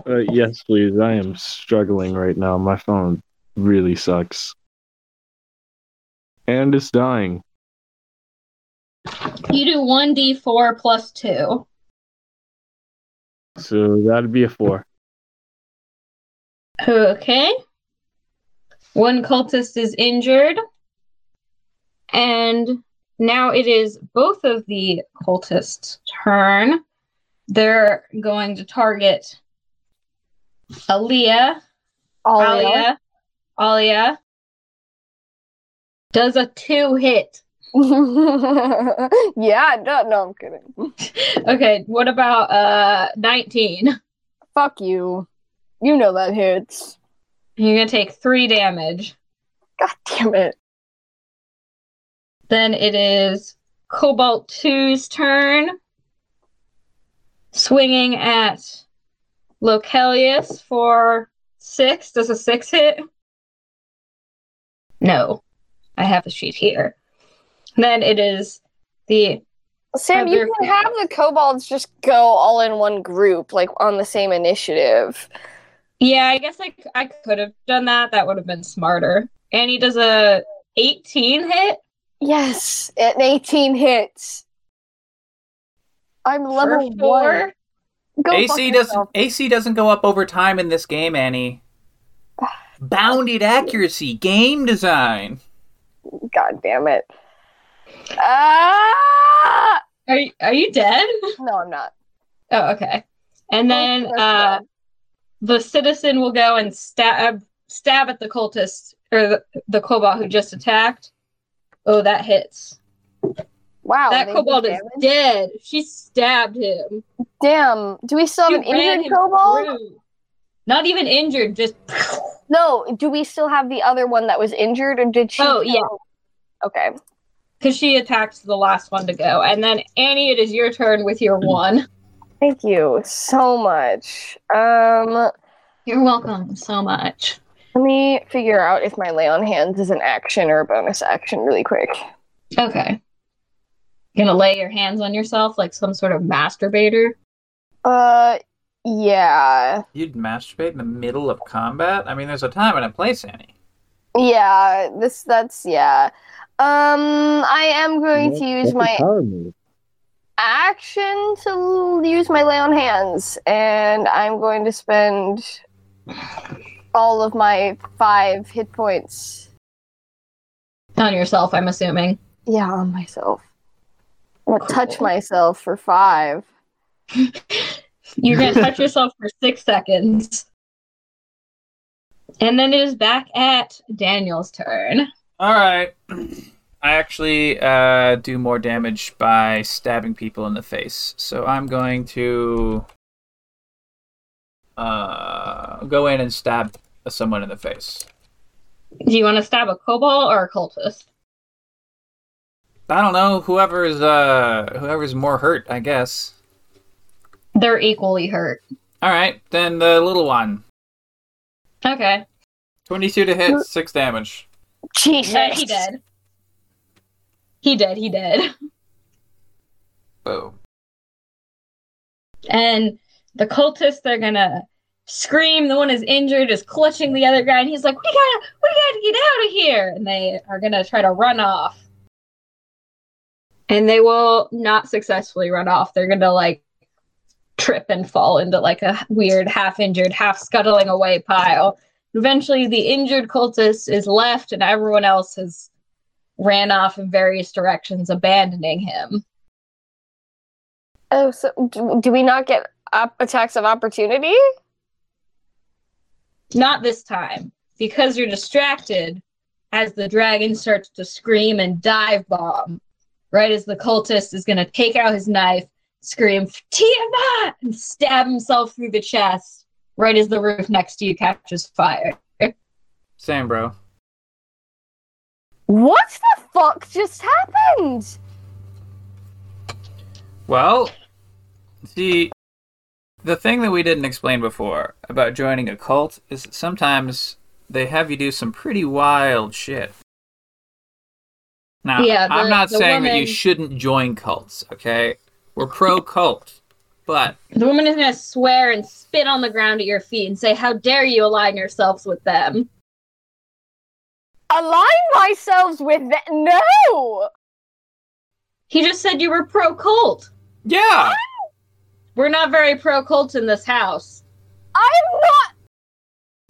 D: Uh, yes, please. I am struggling right now. My phone really sucks. And it's dying.
A: You do 1d4 plus 2.
D: So that'd be a four.
A: Okay. One cultist is injured. And now it is both of the cultists' turn. They're going to target Aaliyah. Oh,
B: Alia.
A: Alia. Alia. Does a two hit.
B: yeah, no, no, I'm kidding.
A: Okay, what about uh 19?
B: Fuck you. You know that hits.
A: You're gonna take three damage.
B: God damn it.
A: Then it is Cobalt 2's turn. Swinging at Localius for six. Does a six hit? No. I have a sheet here. Then it is the
B: Sam,
A: But
B: you
A: they're-
B: can have the kobolds just go all in one group, like on the same initiative.
A: Yeah, I guess I, I could have done that. That would have been smarter. And he does a 18 hit.
B: Yes, and 18 hits. I'm
A: for
B: level
A: four.
B: one. Go fuck
C: AC doesn't
B: yourself.
C: AC doesn't go up over time in this game, Annie. Bounded accuracy, game design.
B: God damn it. Ah!
A: Are you, are you dead?
B: No, I'm not.
A: Oh, okay. And then uh, the citizen will go and stab stab at the cultist or the, the cobalt who just attacked. Oh, that hits.
B: Wow.
A: that
B: they
A: cobalt
B: did
A: is
B: damage.
A: dead. She stabbed him.
B: Damn. Do we still have
A: She
B: an
A: ran
B: injured
A: him
B: kobold?
A: through. Not even injured, just
B: No. Do we still have the other one that was injured, or did she?
A: Oh, yeah.
B: Okay.
A: because she attacked the last one to go. And then Annie, it is your turn with your one.
B: Thank you so much. Um,
A: You're welcome so much.
B: let me figure out if my lay on hands is an action or a bonus action really quick.
A: Okay. Gonna lay your hands on yourself like some sort of masturbator.
B: Uh, yeah,
C: You'd masturbate in the middle of combat? I mean, there's a time and a place, Annie.
B: yeah. This that's yeah. Um, I am going to use my action to l- use my lay on hands, and I'm going to spend all of my five hit points.
A: On yourself, I'm assuming.
B: Yeah, on myself. I'm gonna touch
A: Cool.
B: myself for five.
A: You're gonna touch yourself for six seconds. And then it is back at Daniel's turn.
C: All right. I actually uh, do more damage by stabbing people in the face, so I'm going to uh, go in and stab someone in the face.
A: Do you want to stab a cobalt or a cultist?
C: I don't know. Whoever's uh, whoever's more hurt, I guess.
A: They're equally hurt.
C: All right, then the little one.
A: Okay.
C: Twenty-two to hit, six damage.
B: Jesus,
A: Uh, he dead. He dead. He dead.
C: Boom.
A: And the cultists, they're gonna scream. The one is injured, is clutching the other guy, and he's like, "We gotta, we gotta get out of here!" And they are gonna try to run off. And they will not successfully run off. They're gonna like trip and fall into like a weird half-injured, half-scuttling away pile. Eventually, the injured cultist is left, and everyone else has ran off in various directions, abandoning him.
B: Oh, so do, do we not get op- attacks of opportunity?
A: Not this time, because you're distracted as the dragon starts to scream and dive bomb. Right as the cultist is going to take out his knife, scream, Tiamat! and stab himself through the chest, right as the roof next to you catches fire.
C: Same, bro.
B: What the fuck just happened?
C: Well, see, the thing that we didn't explain before about joining a cult is that sometimes they have you do some pretty wild shit. Now,
A: Yeah, the-
C: I'm not
A: the
C: saying that you
A: woman-
C: shouldn't join cults, okay? We're pro cult, but
A: The woman is going to swear and spit on the ground at your feet and say, How dare you align yourselves with them?
B: Align myself with that? No.
A: He just said you were pro cult.
C: yeah,
A: We're not very pro cult in this house.
B: I'm not.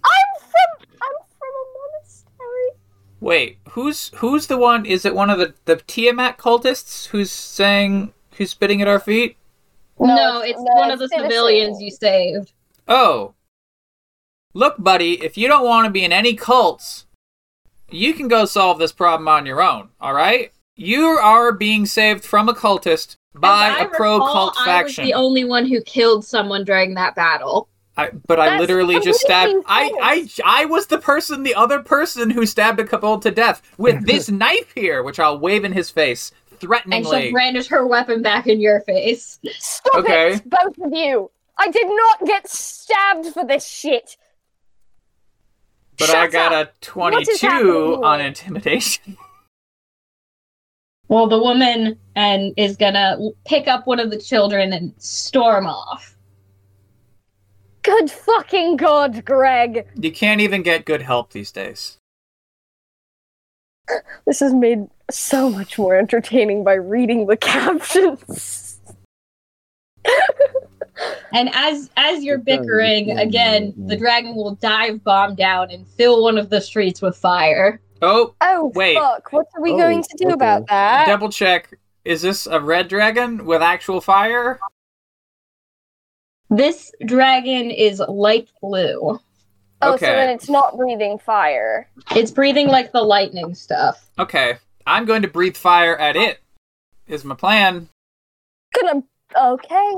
B: I'm from. I'm from a monastery.
C: Wait, who's who's the one? Is it one of the the Tiamat cultists who's saying who's spitting at our feet?
A: No,
B: No,
A: it's,
B: it's- no,
A: one of the
B: it's citizen.
A: civilians you saved.
C: Oh, look, buddy, if you don't want to be in any cults, you can go solve this problem on your own. All right, you are being saved from a cultist by
A: As I
C: a pro
A: recall,
C: cult faction.
A: I was the only one who killed someone during that battle.
C: I, but I
B: That's
C: literally just stabbed.
B: completely
C: I, I I was the person, the other person who stabbed a couple to death with this knife here, which I'll wave in his face
A: And
C: threateningly.
A: she'll brandish her weapon back in your face.
B: Stop
C: Okay.
B: it, both of you. I did not get stabbed for this shit.
C: But
B: Shut
C: I got
B: up.
C: a
B: What is happening
C: 22
B: here?
C: on intimidation.
A: Well, the woman and is gonna l- pick up one of the children and storm off.
B: Good fucking god, Greg.
C: You can't even get good help these days.
B: This is made so much more entertaining by reading the captions.
A: And as as you're
D: Good going,
A: bickering
D: good going,
A: again,
D: good
A: the
D: going.
A: dragon will dive bomb down and fill one of the streets with fire.
C: Oh,
B: Oh,
C: Wait.
B: fuck. What are we
D: Oh,
B: going to do
D: okay.
B: about that?
C: double check. Is this a red dragon with actual fire?
A: This dragon is light blue.
B: Oh, so
C: Okay.
B: then it's not breathing fire.
A: It's breathing like the lightning stuff.
C: Okay, I'm going to breathe fire at it. Is my plan.
B: Gonna okay,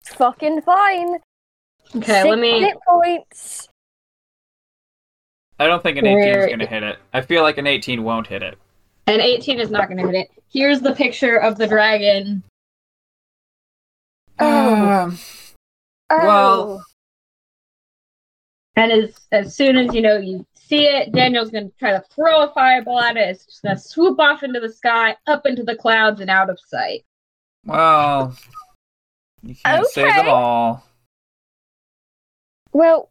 B: it's fucking fine.
A: Okay,
B: Six
A: let me.
B: hit points.
C: I don't think an 18
A: Where-
C: is going to hit it. I feel like an 18 won't hit it.
A: An 18 is not going to hit it. Here's the picture of the dragon.
B: Oh.
C: Um,
B: Oh.
C: Well-
A: And as, as soon as you know you see it, Daniel's going to try to throw a fireball at it. It's just going to swoop off into the sky, up into the clouds, and out of sight.
C: well, you can't save them
B: Okay.
C: all.
B: well,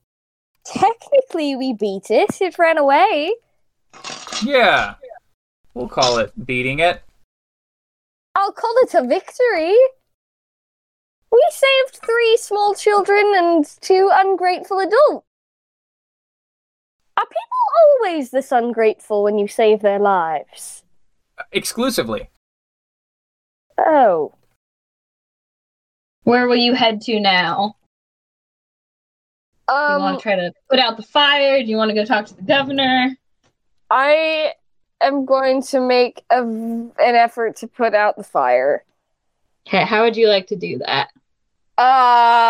B: technically we beat it. It ran away.
C: Yeah. We'll call it beating it.
B: I'll call it a victory. We saved three small children and two ungrateful adults. Are people always this ungrateful when you save their lives?
C: Exclusively.
B: Oh.
A: Where will you head to now? Do you want
B: Um,
A: to try to put out the fire? Do you want to go talk to the governor?
B: I am going to make a v an effort to put out the fire.
A: Okay, how would you like to do that?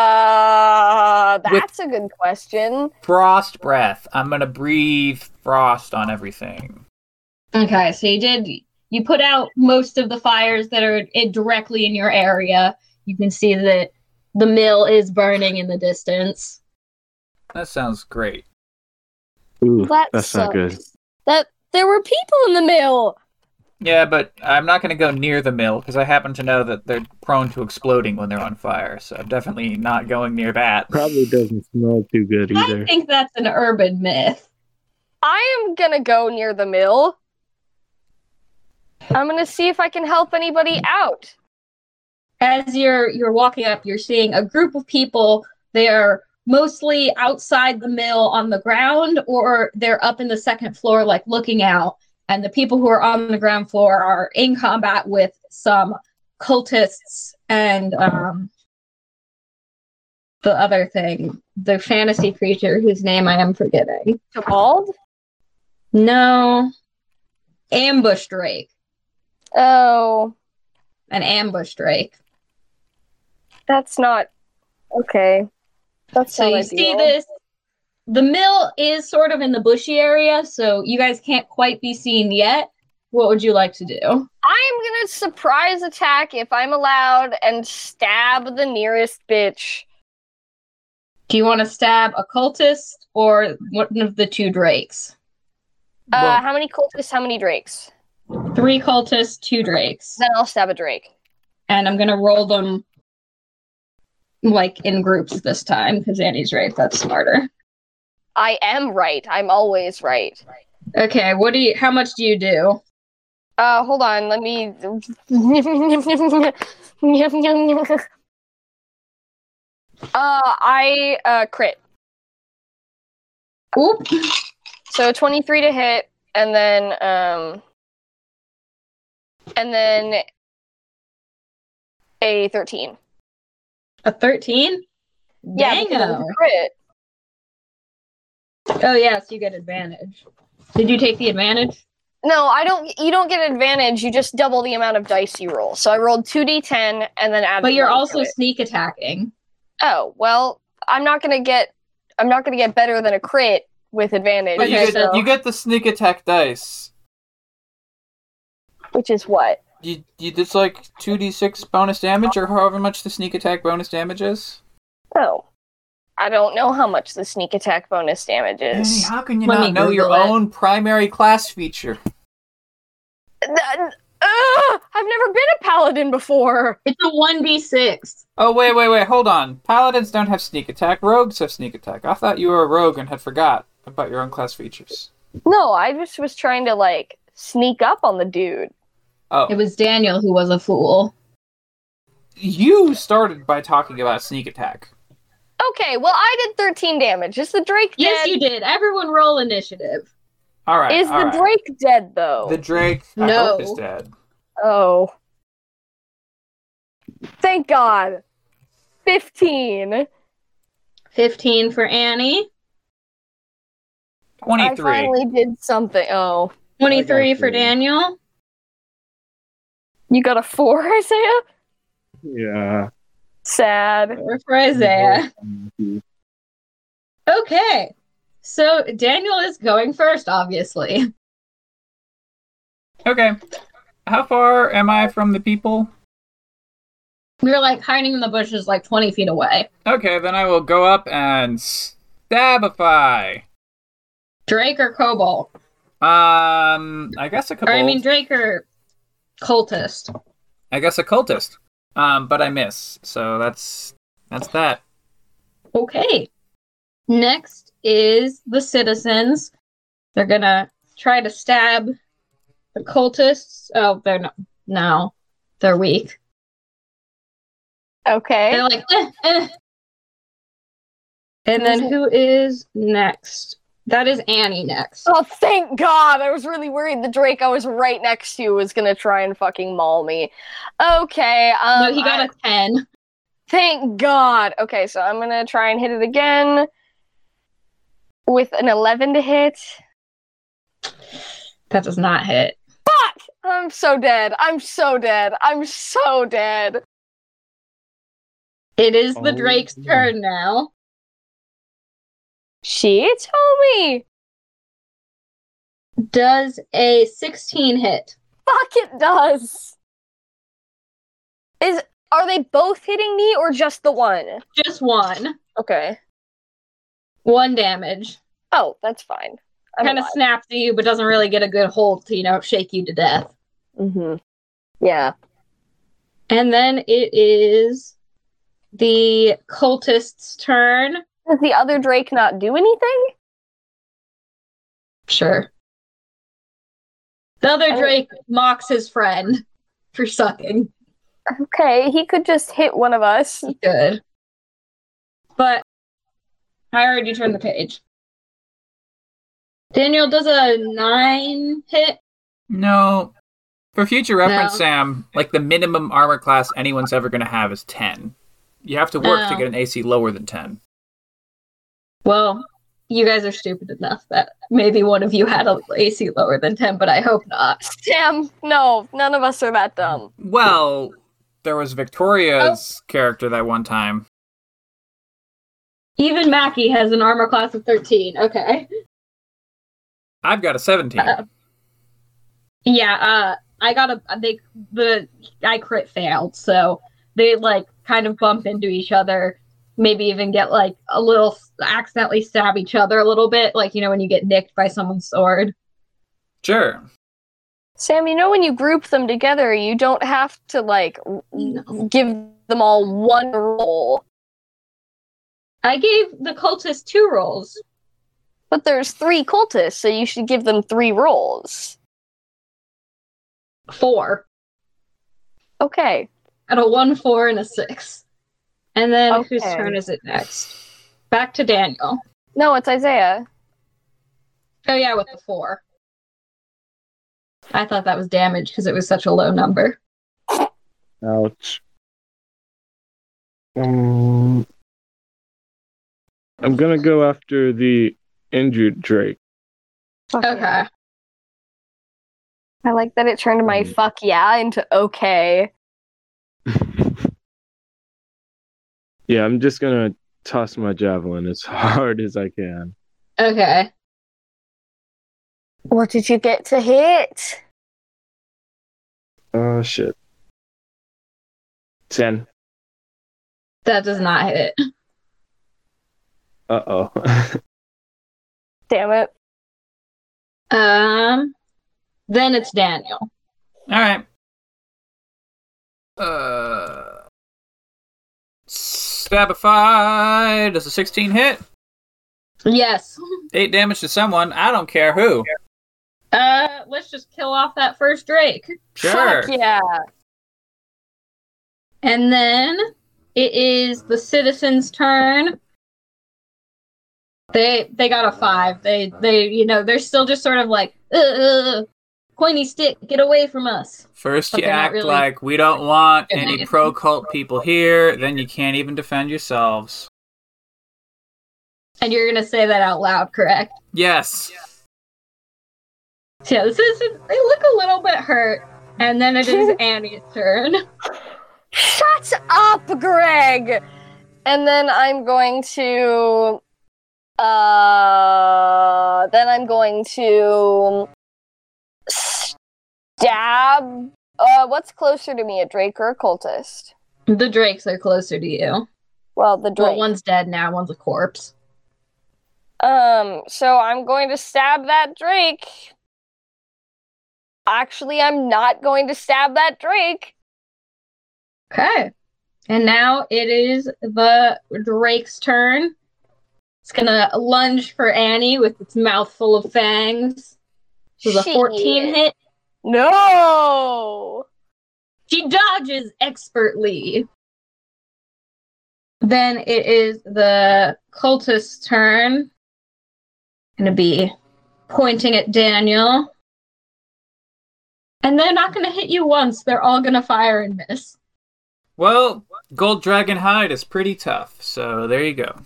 B: Uh,
C: With-
B: that's a good question.
C: Frost breath. I'm going to breathe frost on everything.
A: Okay, so you did. You put out most of the fires that are i- directly in your area. You can see that the mill is burning in the distance.
C: That sounds great.
D: Ooh,
B: That
D: that's not good.
B: sucks. That there were people in the mill.
C: Yeah, but I'm not going to go near the mill because I happen to know that they're prone to exploding when they're on fire. So I'm definitely not going near that.
D: Probably doesn't smell too good
A: I
D: either.
A: think that's an urban myth.
B: I am gonna go near the mill. I'm gonna see if I can help anybody out.
A: As you're you're walking up, you're seeing a group of people. They are mostly outside the mill on the ground, or they're up in the second floor, like looking out. And the people who are on the ground floor are in combat with some cultists and um, the other thing, the fantasy creature whose name I am forgetting.
B: Cabald?
A: No, ambush drake,
B: Oh,
A: an ambush drake.
B: that's not okay. That's
A: So
B: not
A: you see
B: ideal.
A: this. The mill is sort of in the bushy area, so you guys can't quite be seen yet. What would you like to do?
B: I'm gonna surprise attack if I'm allowed and stab the nearest bitch.
A: Do you want to stab a cultist or one of the two drakes?
B: Uh,
C: Well,
B: how many cultists? How many drakes?
A: Three cultists, two drakes.
B: Then I'll stab a drake.
A: And I'm going to roll them like in groups this time because Annie's right. That's smarter.
B: I am right. I'm always right.
A: Okay, what do you, how much do you do?
B: Uh, hold on. Let me. uh, I uh crit.
A: Oop.
B: So twenty-three to hit, and then um, and then a thirteen.
A: A 13?
B: Yeah, because it was a crit.
A: Oh, yeah, so you get advantage. Did you take the advantage?
B: No, I don't. You don't get advantage. You just double the amount of dice you roll. So I rolled two d10 and then added.
A: But you're
B: one to
A: also
B: it.
A: sneak attacking.
B: Oh well, I'm not gonna get. I'm not gonna get better than a crit with advantage.
C: But you,
A: Okay,
C: get,
A: so-
B: so-
C: you get the sneak attack dice.
B: which is what?
C: You, you it's like 2d6 bonus damage or however much the sneak attack bonus damage is.
B: Oh, I don't know how much the sneak attack bonus damage
C: Annie,
B: is.
C: how can you
A: Let me
C: not know your
A: Google it.
C: own primary class feature?
B: Th- Ugh, I've never been a paladin before.
A: It's a 1d6.
C: Oh wait, wait, wait, hold on. Paladins don't have sneak attack, rogues have sneak attack. I thought you were a rogue and had forgot about your own class features.
B: No, I just was trying to like sneak up on the dude.
A: It
C: Oh.
A: was Daniel who was a fool.
C: You started by talking about sneak attack.
B: Okay, well I did 13 damage. Is the Drake
A: Yes,
B: dead?
A: you did. Everyone roll initiative.
C: Alright.
B: is the Drake dead though?
C: The Drake I
A: No.
C: hope is dead.
B: Oh. Thank God. 15.
A: 15 for Annie.
B: I
C: 23.
B: finally did something. Oh,
A: 23 for
D: three.
A: Daniel.
B: you got a four, Isaiah?
D: Yeah.
B: Sad.
A: Or for Isaiah. Okay. So Daniel is going first, obviously.
C: Okay. How far am I from the people?
A: We were like hiding in the bushes like 20 feet away.
C: Okay, then I will go up and stabify.
A: Drake or Cobalt?
C: Um, I guess a couple.
A: Or I mean Drake or cultist.
C: I guess a cultist. Um, but I miss. So that's that's that.
A: Okay. Next is the citizens. They're gonna try to stab the cultists. Oh, they're no, no, they're weak.
B: Okay.
A: They're like, eh, eh. and then who is next? That is Annie next.
B: Oh, thank God. I was really worried the Drake I was right next to was going to try and fucking maul me. Okay. Um,
A: no, he got
B: I-
A: a ten.
B: Thank God. Okay, so I'm gonna try and hit it again with an 11 to hit.
A: That does not hit.
B: I'm so dead. I'm so dead. I'm so dead.
A: It is the
D: Oh,
A: Drake's
D: yeah.
A: turn now.
B: She told me.
A: Does a sixteen hit?
B: Fuck it does. Is are they both hitting me or just the one?
A: Just one.
B: Okay.
A: One damage.
B: Oh, that's fine. I'm
A: kind of snaps at you, but doesn't really get a good hold to, you know, shake you to death.
B: Mm-hmm. Yeah.
A: And then it is the cultist's turn.
B: Does the other Drake not do anything?
A: Sure. The other
B: Oh.
A: Drake mocks his friend for sucking.
B: Okay, he could just hit one of us.
A: Good. But I already turned the page. Daniel does a nine hit.
C: No. For future reference,
A: No.
C: Sam, like the minimum armor class anyone's ever going to have is 10. You have to work to
A: Oh.
C: get an AC lower than 10.
A: Well, you guys are stupid enough that maybe one of you had a AC lower than 10, but I hope not.
B: Damn, no, none of us are that dumb.
C: Well, there was
A: Oh.
C: Victoria's character that one time.
A: Even Mackie has an armor class of 13. Okay.
C: I've got a 17.
A: Uh, Yeah, uh I got a they the I crit failed, so they like kind of bump into each other, maybe even get like a little accidentally stab each other a little bit, like you know when you get nicked by someone's sword.
C: sure.
B: Sam, you know when you group them together, you don't have to like
A: No.
B: give them all one roll,
A: I gave the cultist two rolls.
B: but there's three cultists, so you should give them three rolls.
A: Four.
B: Okay,
A: And a one, four, and a six. And then whose
B: Okay.
A: turn is it next? Back to Daniel.
B: no, it's Isaiah.
A: Oh yeah, with the four. I thought that was damage because it was such a low number.
D: Ouch. Um, I'm gonna go after the injured Drake.
B: Fuck yeah.
A: Okay.
B: I like that it turned my
D: Mm.
B: fuck yeah into okay.
D: Yeah, I'm just gonna toss my javelin as hard as I can.
A: Okay.
B: What did you get to hit?
D: Oh shit. Ten.
A: That does not hit.
D: Uh oh.
B: Damn it.
A: Um then it's Daniel.
C: All right. Uh, Stabify. Does a 16 hit?
A: Yes.
C: 8 damage to someone. I don't care who.
A: Uh let's just kill off that first Drake.
C: Sure.
B: Fuck yeah.
A: And then it is the citizens' turn. They they got a five. They they you know they're still just sort of like "Ugh, ugh, pointy stick, get away from us.
C: First,
A: But
C: you
A: they're not
C: act
A: really
C: like we don't want
A: doing
C: any
A: anything.
C: pro cult people here, then you can't even defend yourselves.
A: And you're gonna say that out loud, correct?
C: Yes.
A: Yeah, this is. They look a little bit hurt, and then it is Annie's turn.
B: Shut up, Greg! And then I'm going to. Uh. Then I'm going to. Stab. Uh, what's closer to me, a Drake or a cultist?
A: The Drakes are closer to you.
B: Well, the
A: Well,
B: Drake.
A: one's dead now. One's a corpse.
B: Um, so I'm going to stab that Drake. Actually, I'm not going to stab that Drake.
A: Okay. And now it is the Drake's turn. It's gonna lunge for Annie with its mouth full of fangs. This is a
B: Shit.
A: 14 hit.
B: No!
A: She dodges expertly. Then it is the cultist's turn. Gonna be pointing at Daniel. And they're not gonna hit you once, they're all gonna fire and miss.
C: Well, gold dragon hide is pretty tough, so there you go.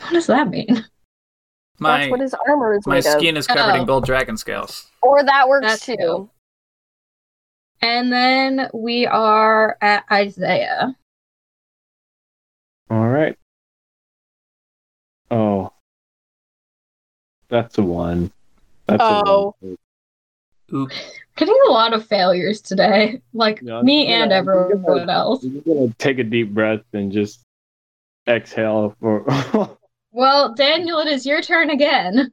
A: What does that mean?
C: My
B: That's what his armor is
C: my
B: made of.
C: skin is covered
A: Oh.
C: in gold dragon scales.
B: Or that works
A: That's
B: too.
A: cool. And then we are at Isaiah.
D: All right. Oh, that's a one. That's
B: Oh.
D: a one.
C: Oop.
A: Getting a lot of failures today, like
D: Yeah,
A: me
D: yeah,
A: and
D: yeah.
A: everyone else.
D: I'm just gonna take a deep breath and just exhale for.
A: Well, Daniel, it is your turn again.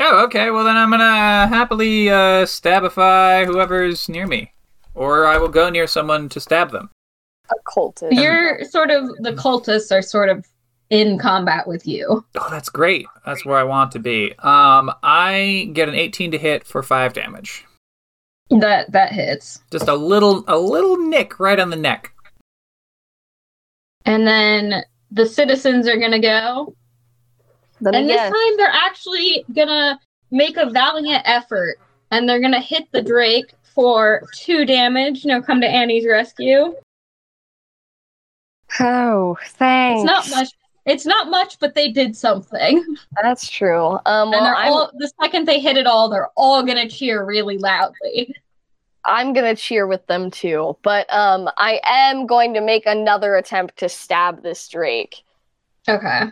C: Oh, okay. Well, then I'm gonna happily uh, stabify whoever's near me, or I will go near someone to stab them.
B: A cultist.
A: You're sort of the cultists are sort of in combat with you.
C: Oh, that's great. That's where I want to be. Um, I get an 18 to hit for five damage.
A: That that hits.
C: Just a little, a little nick right on the neck.
A: And then the citizens are gonna go.
B: Then
A: and this
B: again,
A: time they're actually gonna make a valiant effort and they're gonna hit the Drake for two damage. No, come to Annie's rescue.
B: Oh, thanks.
A: It's not much. It's not much, but they did something.
B: That's true. Um, well,
A: and they're
B: I'm,
A: all the second they hit it all, they're all gonna cheer really loudly.
B: I'm gonna cheer with them too. But um, I am going to make another attempt to stab this Drake.
A: Okay.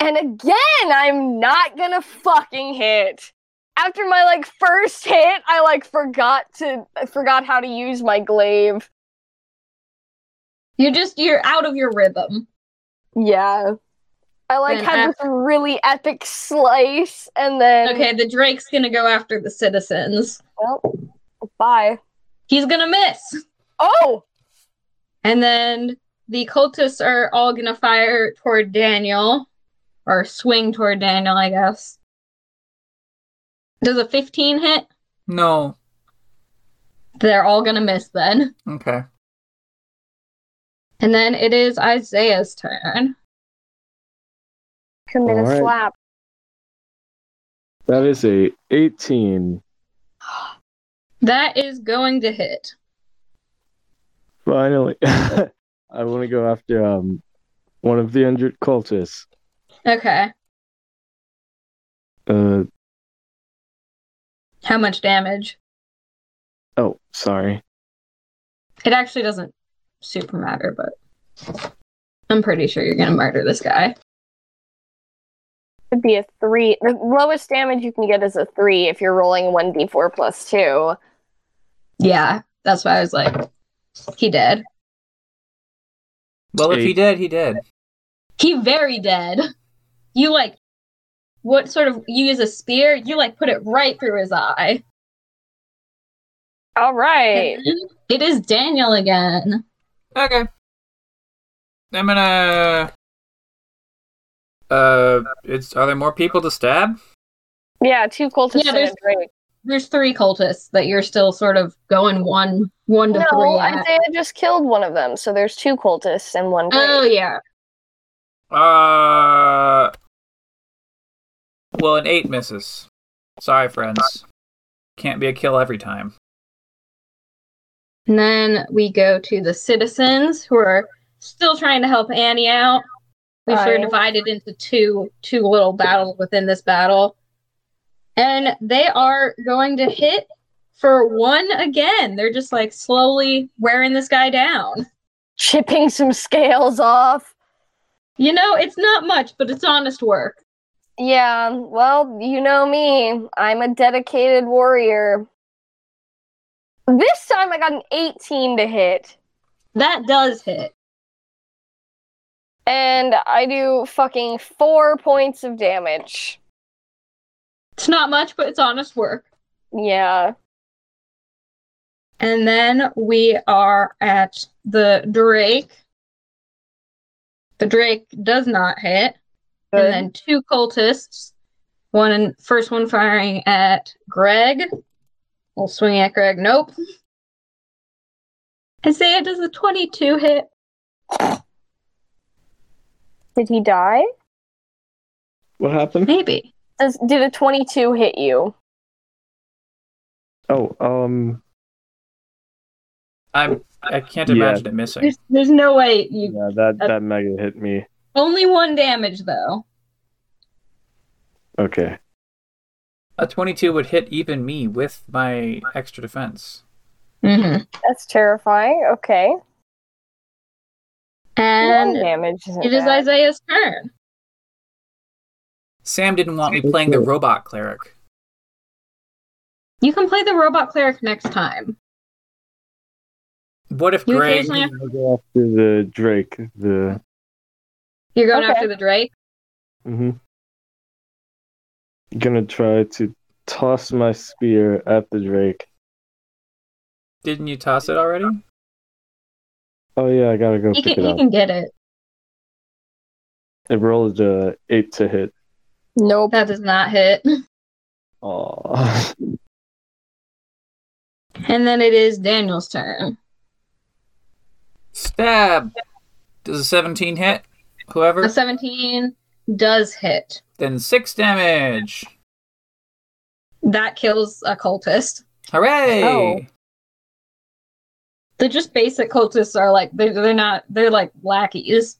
B: And again, I'm not gonna fucking hit. After my like first hit, I like forgot to I forgot how to use my glaive.
A: You just you're out of your rhythm.
B: Yeah. I like
A: Then
B: had
A: af-
B: this really epic slice and then
A: Okay, the Drake's gonna go after the citizens.
B: well bye.
A: He's gonna miss.
B: Oh
A: And then the cultists are all gonna fire toward Daniel. Or swing toward Daniel, I guess. Does a 15 hit?
C: No.
A: They're all gonna miss then.
C: Okay.
A: And then it is Isaiah's turn.
B: commit a
D: Alright.
B: slap.
D: that is a 18.
A: That is going to hit.
D: Finally, I want to go after um one of the injured cultists.
A: Okay.
D: Uh
A: How much damage?
D: oh, sorry.
A: It actually doesn't super matter, but I'm pretty sure you're gonna murder this guy.
B: It'd be a three. The lowest damage you can get is a three if you're rolling one D four plus two.
A: Yeah, that's why I was like, he dead.
C: Well, if he
D: Eight.
C: did, he did.
A: He very dead. You like, what sort of? You use a spear. You like put it right through his eye.
B: Alright.
A: It is Daniel again.
C: Okay. I'm gonna. Uh, it's are there more people to stab?
B: Yeah, two cultists
A: Yeah,
B: and
A: there's-
B: a drake.
A: There's three cultists that you're still sort of going one, one to
B: No,
A: three. At.
B: Isaiah just killed one of them, so there's two cultists and one drake.
A: Oh yeah.
C: Uh. Well, an eight misses. Sorry, friends. Can't be a kill every time.
A: And then we go to the citizens who are still trying to help Annie out. We were
B: Right.
A: divided into two two little battles within this battle. And they are going to hit for one again. They're just like slowly wearing this guy down.
B: Chipping some scales off.
A: You know, it's not much, but it's honest work.
B: Yeah, well, you know me. I'm a dedicated warrior. This time I got an 18 to hit,
A: That does hit.
B: and I do fucking four points of damage.
A: It's not much, but it's honest work.
B: Yeah.
A: And then we are at the Drake. The Drake does not hit.
B: good.
A: And then two cultists. One first one firing at Greg. We'll swing at Greg. Nope. Isaiah does a 22 hit.
B: Did he die?
D: What happened?
A: Maybe.
B: Does, did a 22 hit you?
D: Oh, um,
C: I'm I can't
D: Yeah.
C: imagine it missing.
A: There's, there's no way you.
D: yeah, that that mega hit me.
A: Only one damage though.
D: Okay.
C: A 22 would hit even me with my extra defense.
A: Mm-hmm.
B: That's terrifying. Okay.
A: And
B: One damage isn't
A: it is
B: bad.
A: Isaiah's turn.
C: Sam didn't want me playing the robot cleric.
A: You can play the robot cleric next time.
C: What if
A: You
C: Greg?
A: occasionally-
D: I go after the Drake. The
A: You're going
B: Okay.
A: after the Drake.
D: hmm gonna try to toss my spear at the Drake.
C: Didn't you toss it already?
D: Oh yeah, I gotta go
A: He
D: pick
A: can
D: it
A: he
D: up.
A: can get it.
D: It rolled a eight to hit.
B: Nope.
A: That does not hit.
D: Aw.
A: And then it is Daniel's turn.
C: Stab. Does a 17 hit?
A: A
C: Whoever.
A: 17 does hit.
C: Then six damage.
A: That kills a cultist.
C: Hooray!
B: Oh.
A: They're just basic cultists are like they're, they're not they're like lackeys.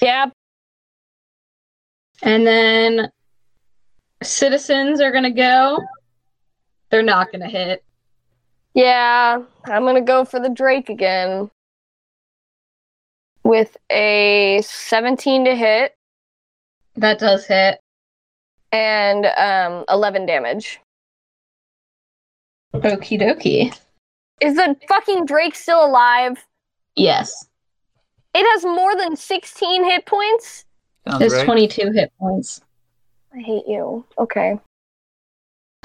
B: Yeah.
A: And then citizens are gonna go. They're not gonna hit.
B: Yeah. I'm going to go for the Drake again. With a 17 to hit
A: That does hit.
B: and um, 11 damage.
A: Okie dokie.
B: Is the fucking Drake still alive?
A: Yes.
B: It has more than 16 hit points?
C: Sounds
A: There's
C: right.
A: 22 hit points.
B: I hate you. Okay.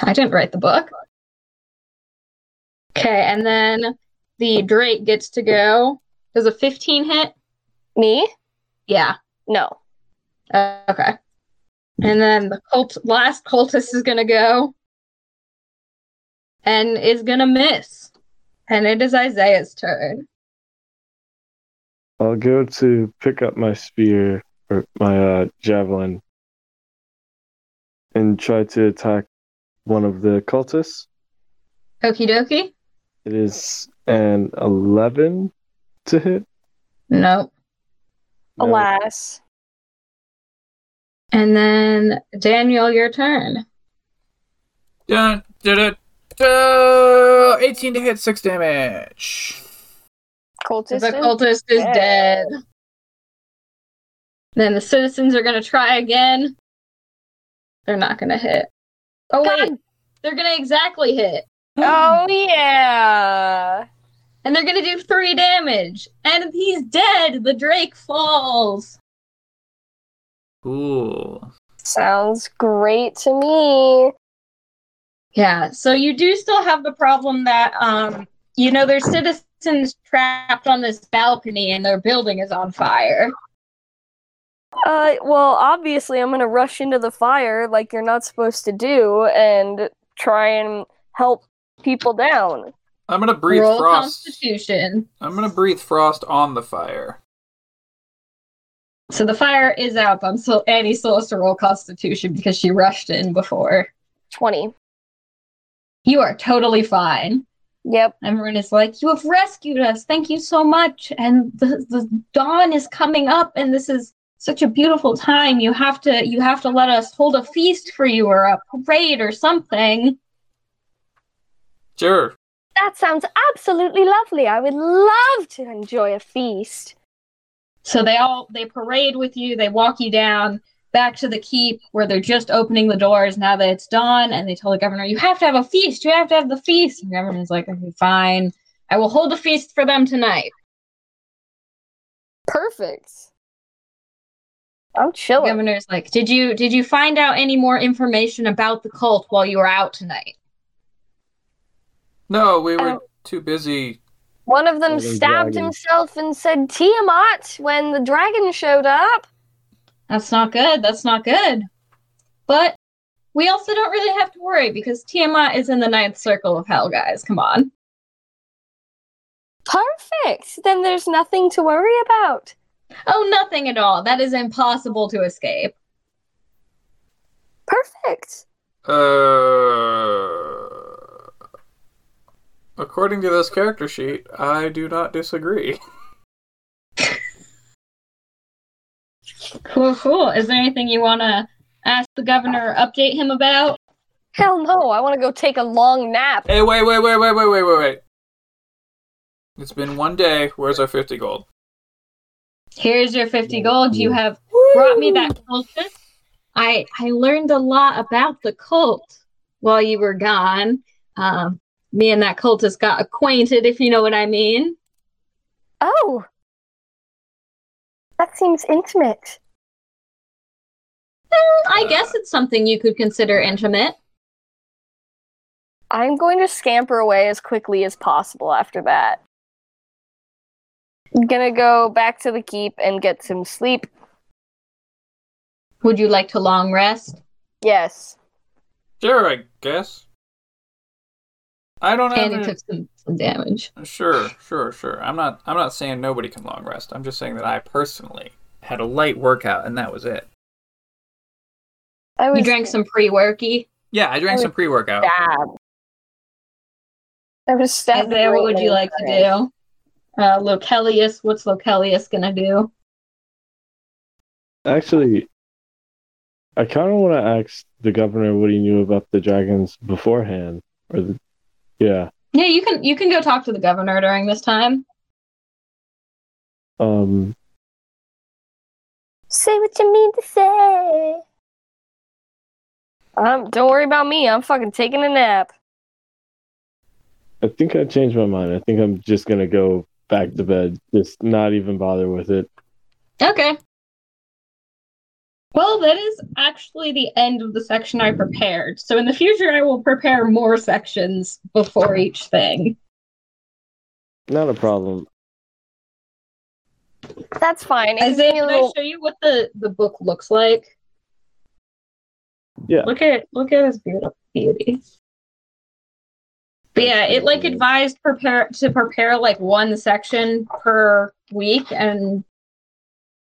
A: I didn't write the book. Okay, and then the Drake gets to go. Does a 15 hit?
B: Me?
A: Yeah.
B: No.
A: Uh, okay. And then the cult last cultist is gonna go and is gonna miss. And it is Isaiah's turn.
D: I'll go to pick up my spear or my uh, javelin and try to attack one of the cultists.
A: Okie dokie?
D: It is an eleven to hit.
A: Nope.
D: No.
B: Alas.
A: And then Daniel, your turn.
C: Dun, dun, dun, dun. 18 to hit, six damage.
B: Cultist.
A: the
B: is-
A: cultist is
B: dead.
A: dead. Then the citizens are gonna try again. They're not gonna hit. Oh
B: God
A: wait, they're gonna exactly hit.
B: Oh yeah.
A: and they're gonna do three damage. And he's dead. The Drake falls.
C: Cool.
B: Sounds great to me.
A: Yeah. So you do still have the problem that um, you know, there's citizens trapped on this balcony, and their building is on fire.
B: Uh well, obviously I'm going to rush into the fire like you're not supposed to do and try and help people down.
C: I'm gonna breathe
A: Roll
C: frost.
A: Constitution.
C: I'm gonna breathe frost on the fire.
A: So the fire is out, but I'm still Annie still has to roll Constitution because she rushed in before.
B: 20.
A: You are totally fine.
B: Yep.
A: Everyone is like, "You have rescued us! Thank you so much!" And the, the dawn is coming up, and this is such a beautiful time. You have to you have to let us hold a feast for you, or a parade, or something.
C: Sure.
B: That sounds absolutely lovely. I would love to enjoy a feast.
A: So they all they parade with you. They walk you down back to the keep where they're just opening the doors now that it's dawn, and they tell the governor, "You have to have a feast. You have to have the feast." And the governor's like, "Okay, fine. I will hold a feast for them tonight."
B: Perfect. I'm
A: The
B: chilling.
A: governor's like, "Did you did you find out any more information about the cult while you were out tonight?"
C: No, we were
B: Oh.
C: too busy.
B: One of them
D: Golden
B: stabbed
D: dragon.
B: himself and said Tiamat when the dragon showed up.
A: That's not good. That's not good. But we also don't really have to worry because Tiamat is in the ninth circle of hell, guys. Come on.
B: Perfect. Then there's nothing to worry about.
A: Oh, nothing at all. That is impossible to escape.
B: Perfect.
C: Uh, according to this character sheet, I do not disagree.
A: Cool, cool. Is there anything you want to ask the governor or update him about?
B: Hell no, I want to go take a long nap.
C: Hey, wait, wait, wait, wait, wait, wait, wait, wait. It's been one day. Where's our 50 gold?
A: Here's your 50 gold. You have brought me that cultist. I I learned a lot about the cult while you were gone. Um, me and that cultist got acquainted, if you know what I mean.
B: Oh. That seems intimate.
A: I guess it's something you could consider intimate.
B: I'm going to scamper away as quickly as possible after that. I'm gonna go back to the keep and get some sleep.
A: Would you like to long rest?
B: Yes.
C: Sure, I guess. I don't have.
A: Annie
C: any-
A: took some, some damage.
C: Sure, sure, sure. I'm not. I'm not saying nobody can long rest. I'm just saying that I personally had a light workout, and that was it.
B: I
A: You drank some pre worky.
C: Yeah, I drank
B: I
C: some pre-workout.
B: stabbed. I was stabbed.
A: And then what would you like to do? Uh, Locelius, what's Locelius gonna do?
D: Actually, I kind of want to ask the governor what he knew about the dragons beforehand, or the yeah.
A: Yeah, you can you can go talk to the governor during this time.
D: Um,
B: Say what you mean to say. Um, don't worry about me. I'm fucking taking a nap.
D: I think I changed my mind. I think I'm just gonna go back to bed, just not even bother with it.
A: Okay. Well, that is actually the end of the section I prepared. So in the future, I will prepare more sections before each thing.
D: Not a problem.
B: That's fine. It gives
A: Isaiah,
B: me a
A: can I
B: little-
A: show you what the, the book looks like?
D: Yeah.
A: Look at look at this beautiful beauty. But yeah, it like advised prepare to prepare like one section per week, and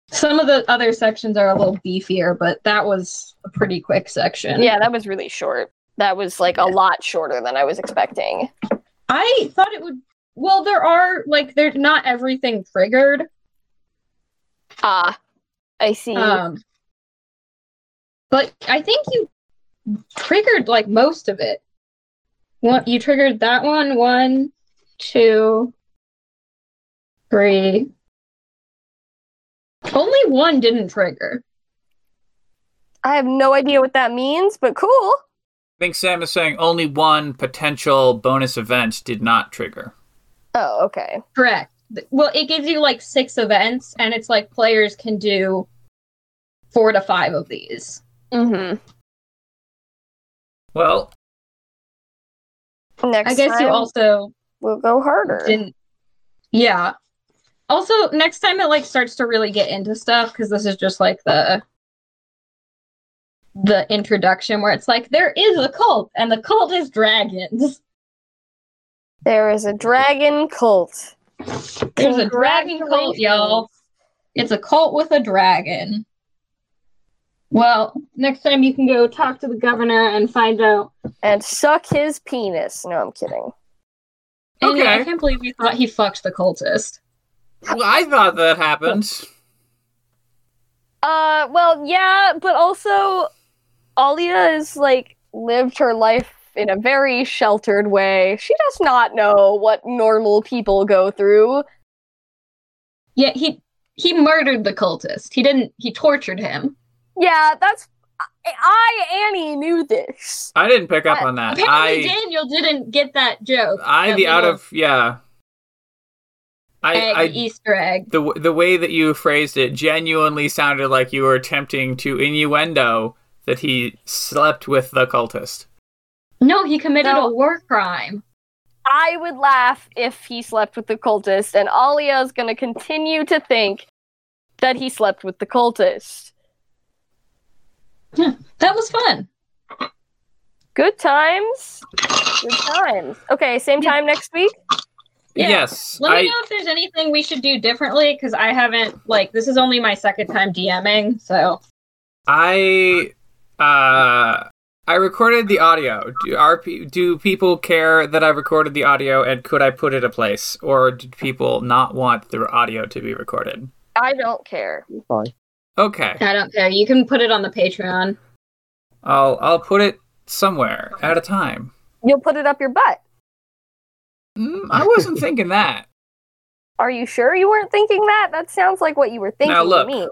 A: some of the other sections are a little beefier, but that was a pretty quick section.
B: Yeah, that was really short. That was like a lot shorter than I was expecting.
A: I thought it would. Well, there are like there's not everything triggered.
B: Ah, I see.
A: Um, but I think you triggered like most of it. What you triggered that one, one, two, three. Only one didn't trigger.
B: I have no idea what that means, but cool.
C: I think Sam is saying only one potential bonus event did not trigger.
B: Oh, okay.
A: Correct. Th- Well, it gives you like six events, and it's like players can do four to five of these.
B: Mm-hmm.
C: Well,
B: Next
A: I guess
B: time,
A: you also
B: we'll go harder.
A: didn't yeah also next time it like starts to really get into stuff because this is just like the the introduction where it's like there is a cult and the cult is dragons
B: There is a dragon cult.
A: there's a dragon cult y'all it's a cult with a dragon well next time you can go talk to the governor and find out
B: And suck his penis. No, I'm kidding.
A: And I
C: Okay.
A: can't believe we thought he fucked the cultist.
C: Well, I thought that happened.
B: Uh, well, yeah, but also, Alia has like lived her life in a very sheltered way. She does not know what normal people go through.
A: Yeah, he he murdered the cultist. He didn't. He tortured him.
B: Yeah, that's. I, I Annie knew this.
C: I didn't pick up on that.
A: Apparently,
C: I,
A: Daniel didn't get that joke.
C: I
A: that
C: the out
A: little
C: of yeah. I,
A: egg
C: I
A: Easter egg.
C: the w- the way that you phrased it genuinely sounded like you were attempting to innuendo that he slept with the cultist.
A: No, he committed
B: No.
A: a war crime.
B: I would laugh if he slept with the cultist, and Alia is going to continue to think that he slept with the cultist.
A: That was fun.
B: Good times. Good times. Okay, same time next week.
A: Yeah.
C: Yes,
A: Let me
C: I
A: know if there's anything we should do differently because I haven't like this is only my second time DMing, so
C: I uh I recorded the audio. Do are pe- do people care that I recorded the audio and could I put it a place or do people not want their audio to be recorded?
B: I don't care.
E: Fine.
C: Okay.
A: I don't care. You can put it on the Patreon.
C: I'll I'll put it somewhere at a time.
B: You'll put it up your butt.
C: Mm, I wasn't thinking that.
B: Are you sure you weren't thinking that? That sounds like what you were thinking
C: Now, look.
B: to me.